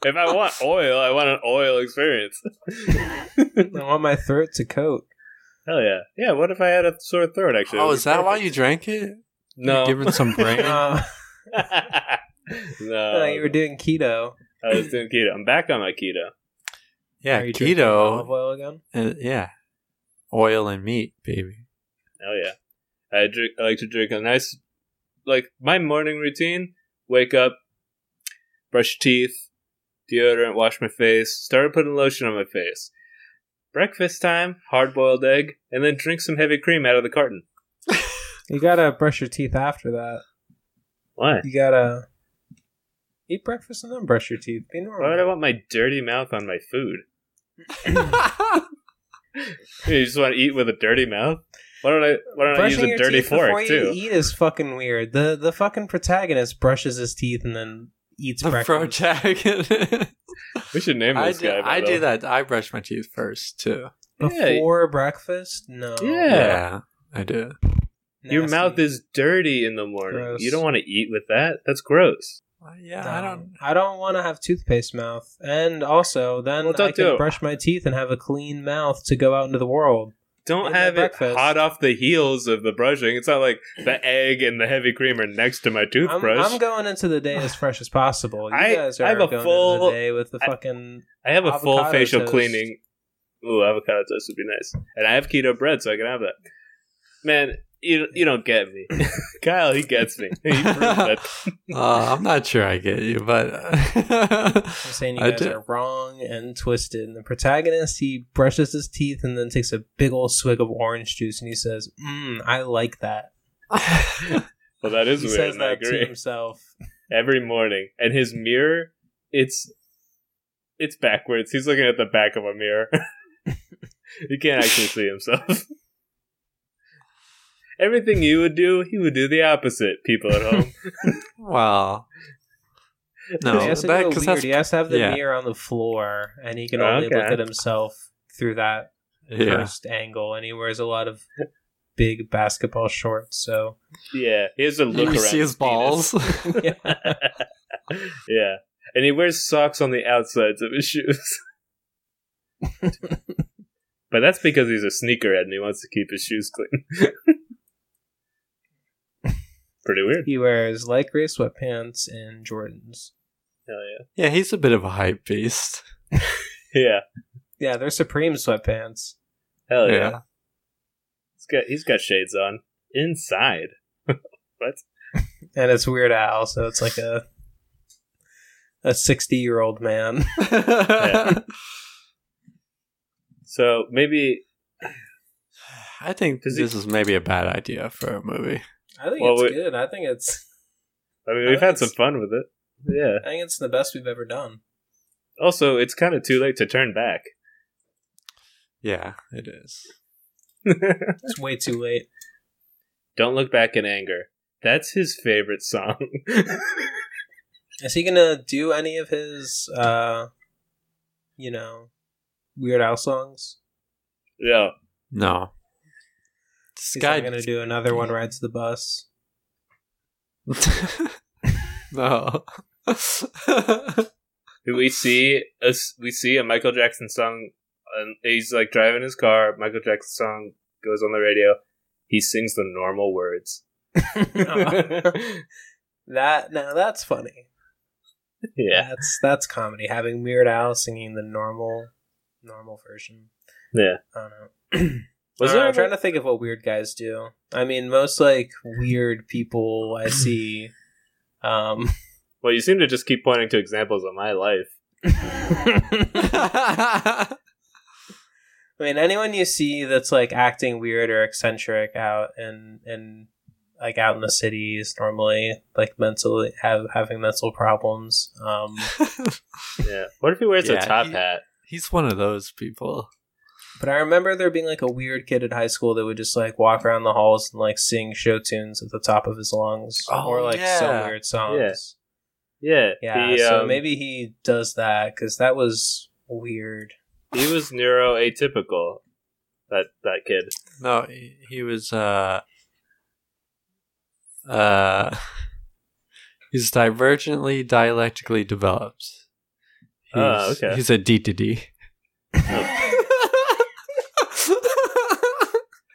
S1: if I want oil, I want an oil experience.
S2: i want my throat to coat
S1: Hell yeah. Yeah. What if I had a sore throat? Actually.
S3: oh,
S1: It
S3: is
S1: would
S3: that
S1: be
S3: why
S1: perfect.
S3: you drank it?
S1: No.
S3: Give it some brain.
S2: Uh,
S1: no.
S2: you were doing keto
S1: I was doing keto. I'm back on my keto.
S3: yeah,
S2: Are you drinking olive
S3: keto.
S2: oil again
S3: uh, yeah, oil and meat, baby.
S1: Hell Oh, yeah. I drink. I like to drink a nice, like my morning routine. Wake up, brush teeth, deodorant, wash my face. Started putting lotion on my face. Breakfast time, hard boiled egg, and then drink some heavy cream out of the carton.
S2: you gotta brush your teeth after that
S1: Why?
S2: You gotta eat breakfast and then brush your teeth. Be
S1: Why would I
S2: normal.
S1: want my dirty mouth on my food? You just want to eat with a dirty mouth? Why don't I? Why don't I use
S2: Brushing
S1: a
S2: your
S1: dirty
S2: teeth before
S1: fork
S2: you
S1: too?
S2: eat is fucking weird. The the fucking protagonist brushes his teeth and then eats
S3: the
S2: breakfast.
S3: protagonist.
S1: We should name
S3: I
S1: this
S3: do,
S1: guy. by
S3: I
S1: the
S3: do
S1: way.
S3: that. I brush my teeth first too.
S1: Yeah.
S2: Before breakfast? No.
S1: Yeah.
S3: I do.
S1: Your
S2: Nasty.
S1: mouth is dirty in the morning.
S2: Gross.
S1: You don't want to eat with that. That's gross.
S3: Uh, Yeah,
S2: No.
S3: I don't.
S2: I don't want to have toothpaste mouth, and also then
S1: Well, don't
S2: I
S1: do
S2: can
S1: it.
S2: brush my teeth and have a clean mouth to go out into the world.
S1: Don't
S2: And
S1: have it
S2: breakfast.
S1: hot off the heels of the brushing. It's not like the egg and the heavy cream are next to my
S2: I'm,
S1: toothbrush.
S2: I'm going into the day as fresh as possible. You
S1: I-
S2: guys are
S1: I have a
S2: going into
S1: full-
S2: the day with the
S1: I-
S2: fucking.
S1: I have a full
S2: Avocado
S1: facial
S2: toast.
S1: cleaning. Ooh, avocado toast would be nice. And I have keto bread, so I can have that. Man, you you don't get me, Kyle. He gets me. He proves that.
S3: Uh, I'm not sure I get you, but
S2: I'm saying you
S3: I
S2: guys
S3: do.
S2: are wrong and twisted. And the protagonist, he brushes his teeth and then takes a big old swig of orange juice, and he says, "Mmm, I like that."
S1: Well, that is
S2: He
S1: weird.
S2: says
S1: and I
S2: that to
S1: agree.
S2: himself.
S1: Every morning, and his mirror, it's it's backwards. He's looking at the back of a mirror. he can't actually see himself. Everything you would do, he would do the opposite. People at home.
S3: well, no,
S2: he has to
S3: that-
S2: go
S3: 'cause
S2: weird.
S3: that's-
S2: He has to have the
S3: yeah.
S2: mirror on the floor, and he can only
S1: Okay.
S2: look at himself through that
S3: yeah.
S2: first angle, and he wears a lot of big basketball shorts. So
S1: yeah, he has a
S3: You
S1: look around.
S3: see
S1: penis.
S3: his balls.
S2: yeah,
S1: yeah. And he wears socks on the outsides of his shoes. but that's because he's a sneakerhead and he wants to keep his shoes clean. Pretty weird.
S2: he wears light gray sweatpants and Jordans.
S1: Hell
S3: yeah, he's a bit of a hype beast.
S1: yeah. Yeah.
S2: Yeah, they're Supreme sweatpants.
S1: Hell Oh, yeah.
S3: yeah.
S1: He's got he's got shades on. Inside.
S2: And it's Weird Al, so it's like a a sixty year old man.
S1: Yeah. So maybe
S3: I think
S1: Does he-
S3: this is maybe a bad idea for a movie.
S2: I think
S1: Well,
S2: it's
S1: we-
S2: good. I think it's
S1: I mean
S2: I
S1: we've
S2: like
S1: had some
S2: it.
S1: fun with it. Yeah.
S2: I think it's the best we've ever done.
S1: Also, it's kind of too late to turn back.
S3: Yeah, it is.
S2: It's way too late.
S1: Don't look back in anger. That's his favorite song.
S2: Is he gonna do any of his uh you know Weird Al songs?
S1: yeah.
S3: No. This
S2: He's
S3: guy
S2: not gonna do another one rides the bus.
S3: no.
S1: who we see a, we see a Michael Jackson song and he's like driving his car Michael Jackson song goes on the radio he sings the normal words
S2: That now that's funny.
S1: yeah
S2: That's that's comedy. Having Weird Al singing the normal normal version.
S1: yeah
S2: I don't know.
S1: Was
S2: I
S1: there
S2: am
S1: ever-
S2: trying to think of what weird guys do. I mean, most like weird people I see. Um,
S1: well you seem to just keep pointing to examples of my life
S2: I mean, anyone you see that's like acting weird or eccentric out and and like out in the cities normally, like mentally have having mental problems. Um,
S1: yeah what if he wears
S3: Yeah,
S1: a top
S3: he-
S1: hat
S3: He's one of those people.
S2: But I remember there being like a weird kid at high school that would just like walk around the halls and like sing show tunes at the top of his lungs
S3: Oh,
S2: or like
S3: yeah.
S2: some weird songs.
S1: yeah
S2: Yeah,
S1: he,
S2: so
S1: um,
S2: maybe he does that because that was weird.
S1: he was neuroatypical that that kid
S3: No, he, he was uh uh he's divergently dialectically developed. He's,
S1: Oh, okay.
S3: He's a D to D.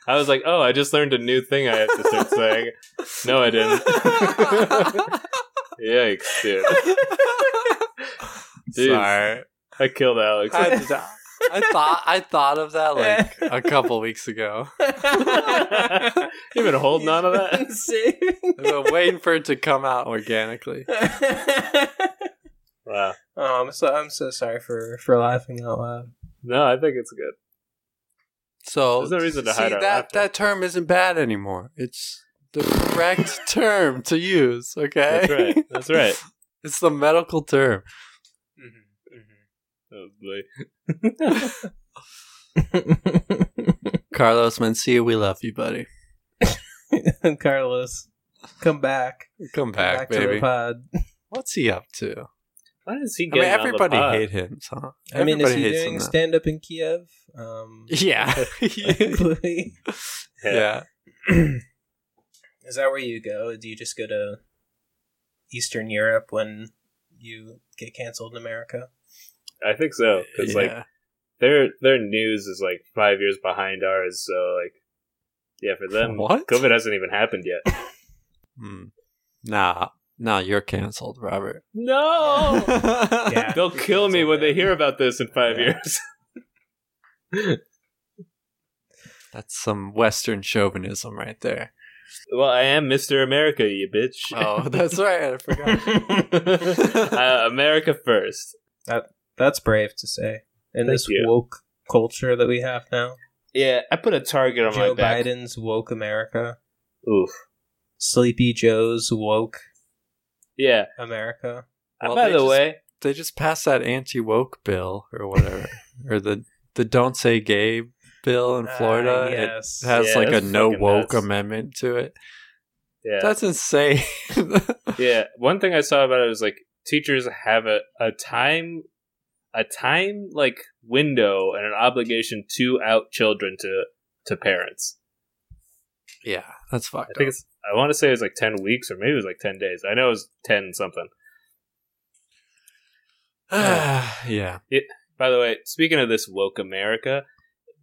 S1: I was like oh I just learned a new thing I have to start saying no I didn't yikes dude Dude.
S3: Sorry.
S1: I killed Alex
S3: I, did- I thought I thought of that like a couple weeks ago.
S1: You've been holding on to that?
S3: I've been waiting for it to come out organically.
S1: Wow.
S2: oh, I'm so I'm so sorry for for laughing out loud.
S1: No, I think it's good.
S3: So
S1: There's no reason to
S3: see,
S1: hide our
S3: that
S1: laughter.
S3: that term isn't bad anymore. It's the correct term to use. Okay,
S1: That's right. That's right.
S3: it's the medical term. Mm-hmm.
S1: Oh boy.
S3: Carlos Mencia, we love you, buddy.
S2: And Carlos, come back,
S3: Come
S2: back
S3: back,
S2: to the
S3: baby.
S2: pod.
S3: What's he up to?
S1: Why does he
S3: I mean,
S1: get
S3: everybody
S1: on the pod?
S3: hate him. So
S2: I mean, is
S3: Everybody
S2: he
S3: hates
S2: doing
S3: him now.
S2: stand up in Kiev? Um,
S3: yeah,
S2: likely.
S3: yeah.
S2: is that where you go? Do you just go to Eastern Europe when you get canceled in America?
S1: I think so. Because like
S3: Yeah.
S1: their their news is like five years behind ours. So like, yeah, for them,
S3: What?
S1: COVID hasn't even happened yet.
S3: Hmm. nah, nah, you're canceled, Robert.
S1: No,
S3: yeah.
S2: Yeah.
S1: they'll kill me when they hear about this in five
S3: Yeah.
S1: years.
S3: That's some Western chauvinism right there.
S1: well, I am Mister America, you bitch.
S3: Oh, that's right. I forgot.
S1: uh, America first.
S2: That's brave to say in
S1: Thank
S2: this
S1: you.
S2: woke culture that we have now.
S1: Yeah, I put a target on
S2: Joe
S1: my back.
S2: Biden's woke America,
S1: Oof.
S2: Sleepy Joe's woke
S1: Yeah.
S2: America.
S1: Uh,
S3: Well,
S1: By
S3: they
S1: the
S3: just-
S1: way,
S3: They just passed that anti woke bill or whatever, or the the don't say gay bill in Florida.
S2: Ah,
S3: It-
S2: yes.
S3: It has
S1: Uh, Yeah,
S3: like a
S1: that's
S3: no
S1: fucking
S3: woke
S1: nuts.
S3: amendment to it.
S1: yeah,
S3: That's insane.
S1: yeah. One thing I saw about it was like teachers have a, a time, a time like window and an obligation to out children to to parents.
S3: yeah, that's fucked.
S1: I think
S3: up.
S1: it's. I want to say it was like ten weeks or maybe it was like ten days. I know it was ten something.
S3: yeah.
S1: By the way, speaking of this woke America,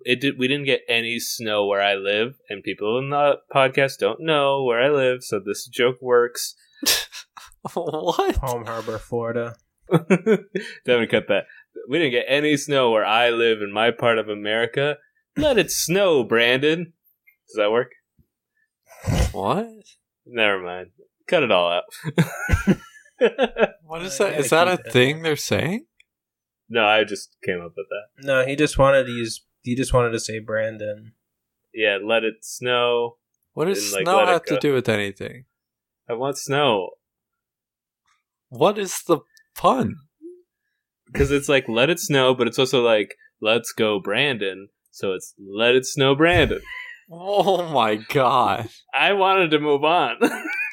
S1: it did. We didn't get any snow where I live, and people in the podcast don't know where I live, so this joke works.
S3: what?
S2: Palm Harbor, Florida.
S1: Devin, cut that. We didn't get any snow where I live in my part of America. Let it snow, Brandon. Does that work?
S3: What?
S1: Never mind. Cut it all out.
S3: What is
S2: Uh,
S3: that?
S2: gotta
S3: Is that a
S2: keep it.
S3: thing they're saying?
S1: no, I just came up with that.
S2: No, he just wanted to use. He just wanted to say Brandon.
S1: Yeah, let it snow.
S3: What does
S1: In, like,
S3: snow
S1: let it
S3: have to
S1: go.
S3: do with anything?
S1: I want snow
S3: What is the pun?
S1: because it's like let it snow, but it's also like let's go, Brandon. So it's let it snow, Brandon.
S3: Oh my god.
S1: I wanted to move on.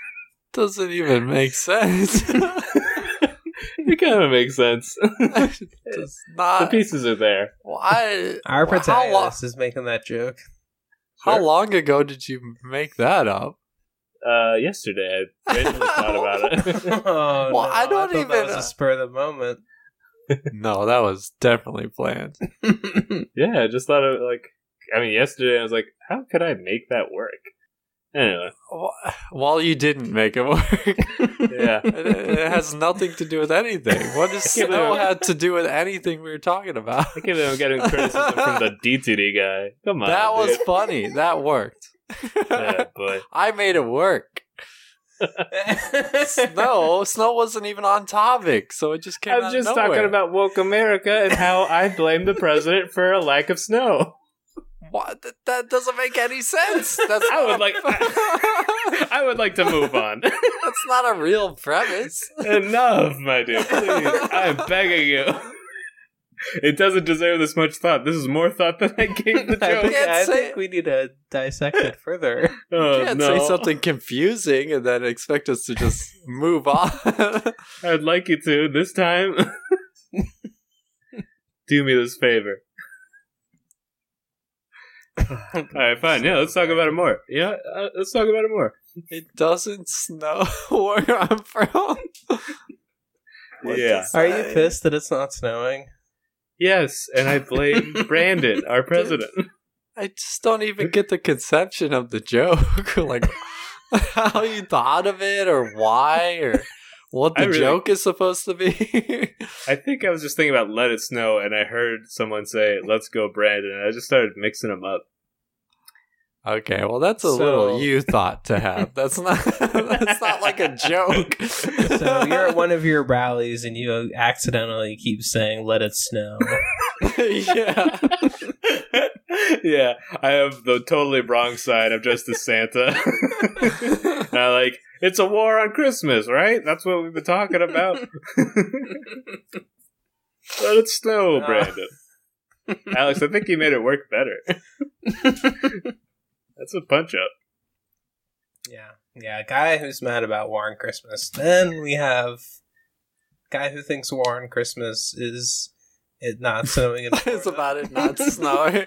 S3: Doesn't even make sense.
S1: it kind of makes sense.
S3: Does
S1: the
S3: not.
S1: pieces are there.
S3: Why?
S2: Our
S3: Well, how, lo-
S2: protagonist is making that joke.
S3: how
S1: Sure.
S3: long ago did you make that up?
S1: Uh, yesterday I randomly thought about it.
S2: Oh,
S3: Well, I don't
S2: thought That
S3: even-
S2: was a spur of the moment.
S3: No, that was definitely planned.
S1: yeah, I just thought of like I mean yesterday I was like, how could I make that work? Anyway,
S3: Wh- While you didn't make it work,
S1: yeah.
S3: it, it has nothing to do with anything. What does
S1: Yeah,
S3: snow
S1: but-
S3: had to do with anything we were talking about?
S1: I can't believe I'm getting criticism from the DTD guy. Come on.
S3: That was
S1: dude.
S3: funny. That worked.
S1: Yeah, boy.
S3: I made it work. Snow, snow wasn't even on topic, so it just came out
S1: I'm
S3: of
S1: just
S3: nowhere.
S1: talking about woke America and how I blame the president for a lack of snow.
S3: what? That, that doesn't make any sense. That's
S1: I would
S3: not-
S1: like- I would like to move on.
S3: That's not a real premise.
S1: Enough, my dude. Please, I'm begging you. It doesn't deserve this much thought. This is more thought than I gave the
S2: I think,
S1: joke.
S3: can't
S2: I
S3: say
S2: think
S3: it.
S2: we need to dissect it further.
S1: Oh,
S3: You can't
S1: no.
S3: say something confusing and then expect us to just move on.
S1: I'd like you to this time. Do me this favor. All right, fine. Yeah, let's talk about it more. Yeah, uh, let's talk about it more.
S3: it doesn't snow where I'm from. What
S1: Yeah.
S3: to say?
S2: Are you pissed that it's not snowing?
S1: Yes, and I blame Brandon, our president.
S3: I just don't even get the conception of the joke. like how you thought of it or why or what
S1: I
S3: the
S1: really-
S3: joke is supposed to be.
S1: I think I was just thinking about let it snow, and I heard someone say, "Let's go, Brandon." And I just started mixing them up.
S3: okay, well that's a
S2: So-
S3: little you thought to have. That's not that's not like a joke.
S2: So you're at one of your rallies and you accidentally keep saying "Let it snow."
S3: yeah.
S1: yeah, I have the totally wrong side. I'm just a Santa. and I like it's a war on Christmas, right? That's what we've been talking about. Let it snow,
S4: Ah.
S1: Brandon. Alex, I think you made it work better. That's a punch up.
S2: Yeah. Yeah. A guy who's mad about War on Christmas. Then we have guy who thinks War on Christmas is it not snowing in
S3: it's
S2: Florida.
S3: about it not snowing.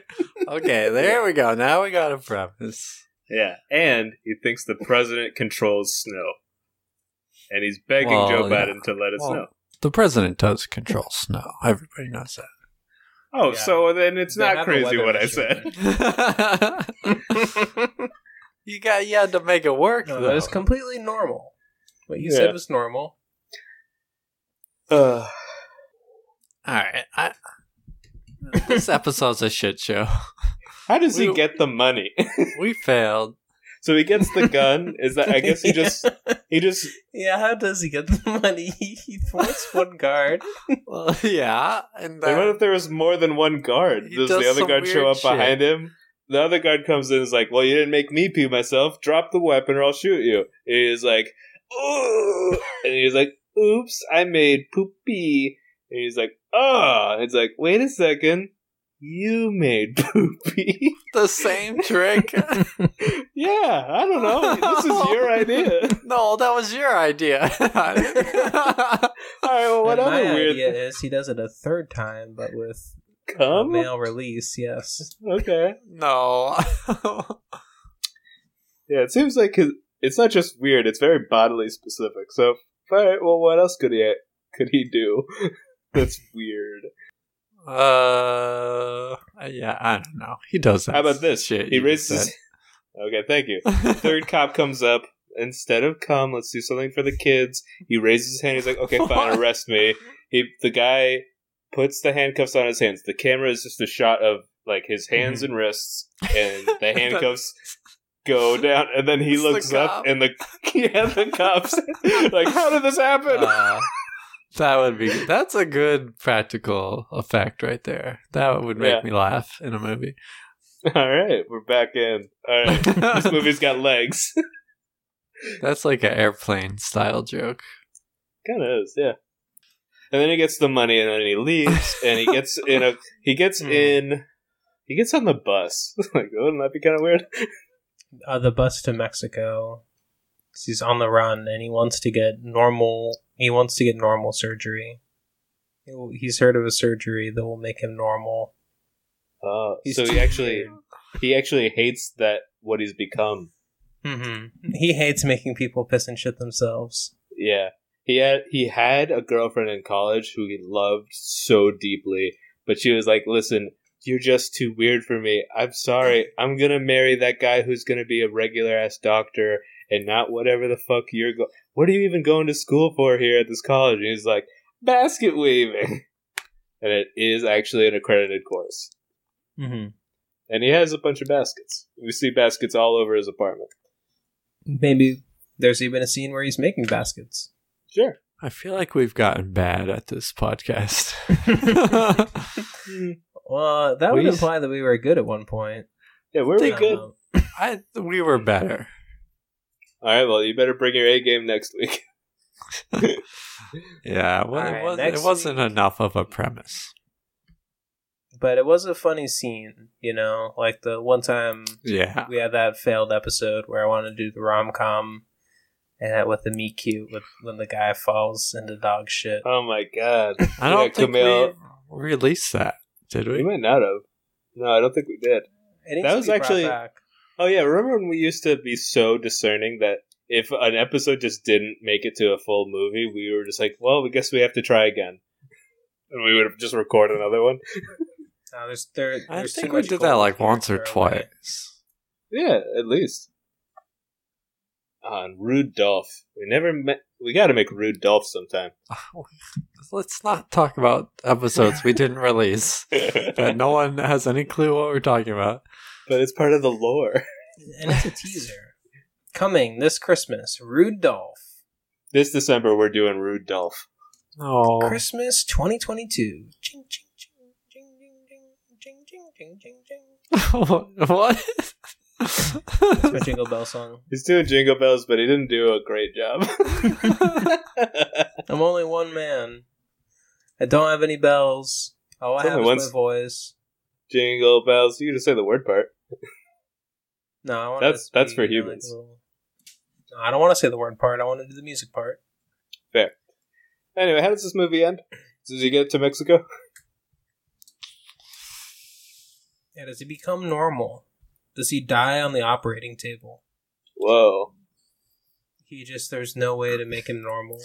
S3: Okay, there we go. Now we got a premise.
S1: Yeah, and he thinks the president controls snow, and he's begging
S3: Well,
S1: Joe
S3: yeah.
S1: Biden to let it
S3: Well,
S1: snow.
S3: The president does control snow. Everybody knows
S1: Oh,
S2: yeah.
S1: so then it's
S2: They
S1: not
S2: have a
S1: crazy
S2: weather
S1: what I
S2: machine.
S1: said.
S3: that. you got you had to make it work
S2: No,
S3: though.
S2: that is Uh, completely normal. What you
S1: Yeah.
S2: said was normal.
S1: Uh,
S3: All right, I, this episode's a shit show.
S1: How does he
S3: We-
S1: get the money?
S3: We failed.
S1: so he gets the gun. Is that? I guess he just he just
S2: Yeah, how does he get the money? He forced one guard.
S3: Well, yeah, and
S1: And what
S3: then,
S1: if there was more than one guard?
S3: He
S1: Does,
S3: does
S1: the other
S3: some
S1: guard show
S3: weird
S1: up
S3: shit.
S1: behind him? The other guard comes in and is like, Well, you didn't make me pee myself. Drop the weapon or I'll shoot you. And he's like, Ooh. And he's like, Oops, I made poopy. And he's like, Oh. It's like, Wait a second. You made poopy.
S3: the same trick.
S1: yeah, I don't know. This is your idea.
S3: no, that was your idea.
S1: All right, well, what
S2: And my
S1: other weird
S2: idea is he does it a third time, but with a
S1: Come?
S2: male release. Yes,
S1: Okay.
S3: no.
S1: Yeah, it seems like his, it's not just weird; it's very bodily specific. So, all right, well, what else could he could he do? That's weird.
S3: uh, yeah, I don't know. He does that.
S1: How about this?
S3: Shit,
S1: he
S3: you just
S1: raises.
S3: said.
S1: Okay, thank you. Third cop comes up. Instead of come, let's do something for the kids. He raises his hand. He's like, "Okay,
S3: What?
S1: fine, arrest me." He, the guy, puts the handcuffs on his hands. The camera is just a shot of like his hands
S3: Mm-hmm.
S1: and wrists, and the handcuffs go down. And then he
S3: It's the
S1: looks
S3: cop.
S1: up, and the yeah, the cops like, "How did this happen?"
S3: Uh, that would be. That's a good practical effect right there. That would make
S1: Yeah.
S3: me laugh in a movie.
S1: All right, we're back in. All right, this movie's got legs.
S3: That's like an airplane style joke.
S1: kind of is, yeah. And then he gets the money, and then he leaves, and he gets in a he gets
S2: Hmm.
S1: in he gets on the bus. like, wouldn't that be kind of weird?
S2: uh, the bus to Mexico. 'Cause He's on the run and he wants to get normal. He wants to get normal surgery. He will- He's heard of a surgery that will make him normal.
S1: Uh,
S2: He's
S1: so he
S2: too
S1: actually he actually hates that what he's become.
S2: Mm-hmm. He hates making people piss and shit themselves.
S1: Yeah, he had he had a girlfriend in college who he loved so deeply, but she was like, "Listen." You're just too weird for me. I'm sorry. I'm gonna marry that guy who's gonna be a regular ass doctor and not whatever the fuck you're go. What are you even going to school for here at this college? And he's like, basket weaving, and it is actually an accredited course.
S2: Mm-hmm.
S1: And he has a bunch of baskets. We see baskets all over his apartment.
S2: Maybe there's even a scene where he's making baskets.
S1: Sure.
S3: I feel like we've gotten bad at this podcast.
S2: Well, that would
S3: We-
S2: imply that we were good at one point.
S1: Yeah, we're
S3: They-
S1: we good.
S2: Um,
S3: I we were better.
S1: All right. Well, you better bring your A game next week.
S3: Yeah, well,
S2: All right,
S3: it, was,
S2: next
S3: it wasn't enough of a premise.
S2: but it was a funny scene, you know, like the one time
S3: Yeah,
S2: we had that failed episode where I wanted to do the rom com and with the meet cute with when the guy falls into dog shit.
S1: Oh my god.
S3: I don't
S1: Yeah,
S3: think
S1: Camille.
S3: we released that, did
S1: We
S3: we?
S1: might not have. No, I don't think we did.
S2: It needs
S1: that
S2: to
S1: was
S2: be brought
S1: actually-
S2: back.
S1: Oh yeah, remember when we used to be so discerning that if an episode just didn't make it to a full movie, we were just like, well, we guess we have to try again. And we would have just record another one.
S2: No, there's, there,
S3: I
S2: there's
S3: think
S2: too
S3: we
S2: much
S3: did that
S2: gold
S3: like
S2: here
S3: once or
S2: to throw away.
S3: twice.
S1: Yeah, at least. On Rude Dolph. We never met. We got to make Rude Dolph sometime.
S3: Let's not talk about episodes we didn't release that
S1: but
S3: no one has any clue what we're talking about.
S1: it's part of the lore.
S2: And it's a teaser. Coming this Christmas, Rudolph.
S1: This December, we're doing Rude Dolph.
S3: Oh,
S2: Christmas 2022. Ching, ching, ching, ching, ching, ching, ching, ching, ching, ching, ching.
S3: what?
S2: That's my Jingle Bell song.
S1: He's doing jingle bells, but he didn't do a great job.
S2: I'm only one man. I don't have any bells. All I
S1: It's
S2: have
S1: only
S2: is
S1: once-
S2: my voice.
S1: jingle bells. You just say the word part.
S2: No, I want
S1: That's- that's for humans.
S2: no, I don't want to say the word part. I want to do the music part.
S1: Anyway, how does this movie end? Does he get to Mexico?
S2: Yeah, does he become normal? Does he die on the operating table?
S1: Whoa.
S2: He just there's no way to make him normal.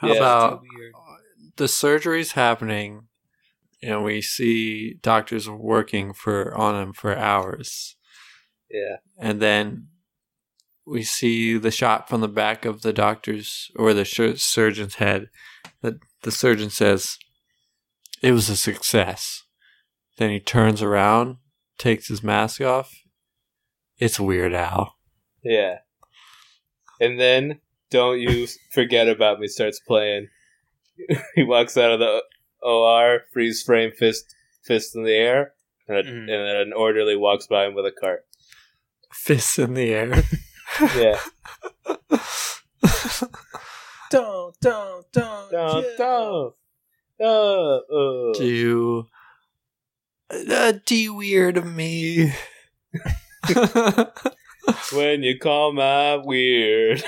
S3: How
S1: Yeah.
S3: about
S2: It's too weird.
S3: the surgery's happening and we see doctors working for on him for hours
S1: Yeah.
S3: and then we see the shot from the back of the doctor's or the sur- surgeon's head that the surgeon says it was a success then he turns around takes his mask off it's weird al
S1: Yeah. And then Don't You Forget About Me starts playing. he walks out of the OR, freeze frame fist fist in the air, and, a,
S2: Mhm.
S1: and then an orderly walks by him with a cart.
S3: fists in the air
S1: Yeah.
S2: Don't, don't, don't,
S1: don't,
S2: yeah.
S1: don't. Oh, oh.
S3: do uh, D weird of me.
S1: When you call my weird.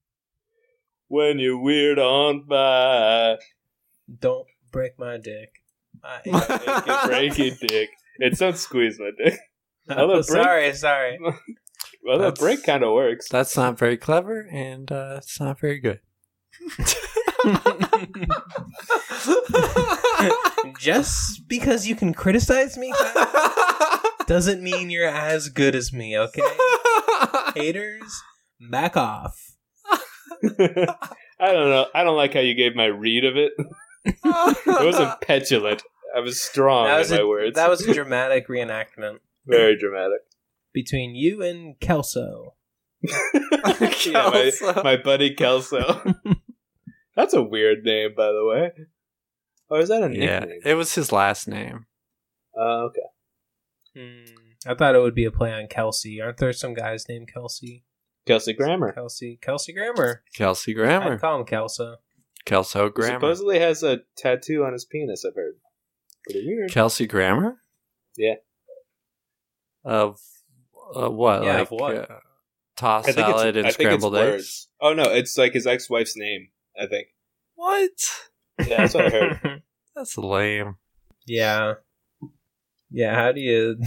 S1: when you're weird on by.
S2: Don't break my dick. I,
S1: Make it, break it, dick. It sounds squeeze my dick. Although break-
S2: Oh, sorry, sorry.
S1: Well, that
S3: That's-
S1: break kind of works.
S3: That's not very clever, and uh, it's not very good.
S2: Just because you can criticize me Kyle, doesn't mean you're as good as me, okay? Haters, back off.
S1: I don't know. I don't like how you gave my read of it. It wasn't petulant. I was strong
S2: that, was
S1: Oh, in my
S2: a,
S1: words.
S2: that was a dramatic reenactment
S1: very dramatic.
S2: between you and Kelso.
S1: Yeah, my, my buddy Kelso. That's a weird name, by the way. Or is that a
S3: yeah,
S1: nickname?
S3: it was his last name.
S1: Uh, okay.
S2: Hmm. I thought it would be a play on Kelsey. Aren't there some guys named Kelsey?
S1: Kelsey Grammer.
S2: Kelsey. Kelsey Grammer.
S3: Kelsey
S2: I'd
S3: Grammer.
S2: call him Kelso.
S3: Kelso
S1: Who
S3: Grammer.
S1: Supposedly has a tattoo on his penis, I've heard. Pretty weird.
S3: Kelsey Grammer?
S1: Yeah.
S3: Of uh, what?
S2: Yeah,
S3: like
S2: of what?
S3: Uh, toss
S1: I think it's-
S3: salad
S1: I
S3: and
S1: think it's
S3: scrambled eggs.
S1: words. Oh, no. It's like his ex wife's name, I think.
S3: What?
S1: Yeah, that's what I heard.
S3: That's lame.
S2: yeah. Yeah, how do you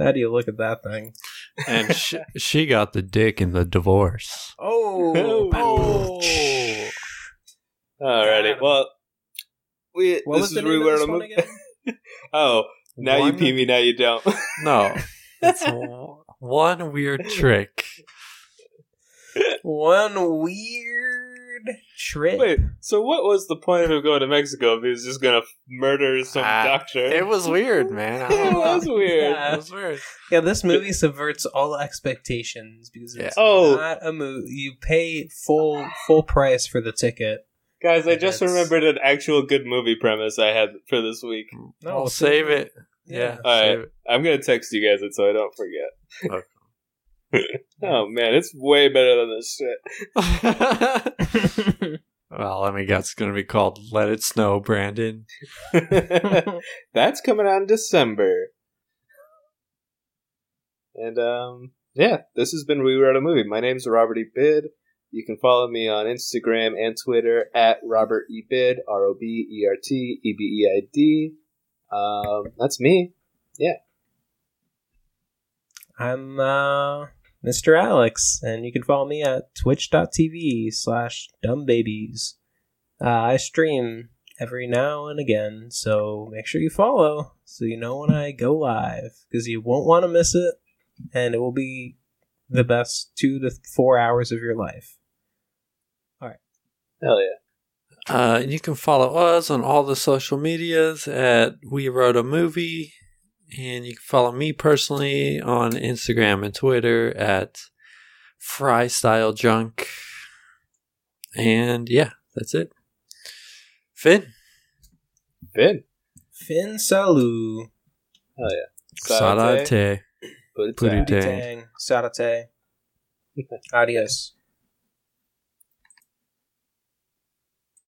S2: how do you look at that thing?
S3: And she, she got the dick in the divorce.
S2: Oh,
S1: Oh. Alrighty. Well, we,
S2: what
S1: this
S2: was
S1: is
S2: the
S1: we
S2: name of
S1: were
S2: this
S1: on a
S2: one
S1: mo-
S2: again?
S1: Oh, now you
S3: One-
S1: pee me, now you don't.
S3: No, it's w- one weird trick.
S2: one weird trick.
S1: Wait, so what was the point of him going to Mexico if he was just gonna f- murder some
S3: Uh,
S1: doctor?
S3: It was weird, man. I don't
S1: It
S3: know.
S1: was weird.
S3: It was weird.
S2: Yeah, this movie subverts all expectations because it's
S3: Yeah.
S1: Oh.
S2: not a movie. You pay full full price for the ticket.
S1: Guys, I just
S2: That's-
S1: remembered an actual good movie premise I had for this week.
S2: No,
S3: I'll
S2: it's-
S3: save it. Yeah,
S1: All right.
S3: save it.
S1: I'm gonna text you guys it so I don't forget.
S3: Okay.
S1: oh man, it's way better than this shit.
S3: well, I mean, that's going to be called "Let It Snow," Brandon.
S1: That's coming out in December. And um yeah, this has been We Were at a Movie. My name's Robert E. Bid. You can follow me on Instagram and Twitter at Robert E. Bid, R O B E R T E B E I D. Um, that's me.
S2: I'm uh, Mr. Alex, and you can follow me at twitch.tv slash dumbbabies. Uh, I stream every now and again, so make sure you follow so you know when I go live because you won't want to miss it, and it will be the best two to four hours of your life.
S1: Hell yeah.
S3: Uh, and you can follow us on all the social medias at We Wrote a Movie. And you can follow me personally on Instagram and Twitter at Frystyle Junk. And yeah, that's it. Finn.
S1: Bid.
S2: Fin Salu.
S1: Sarate.
S3: Sarate.
S1: Put it
S3: Put
S1: down.
S3: it down.
S2: Dang. Sarate. Adios.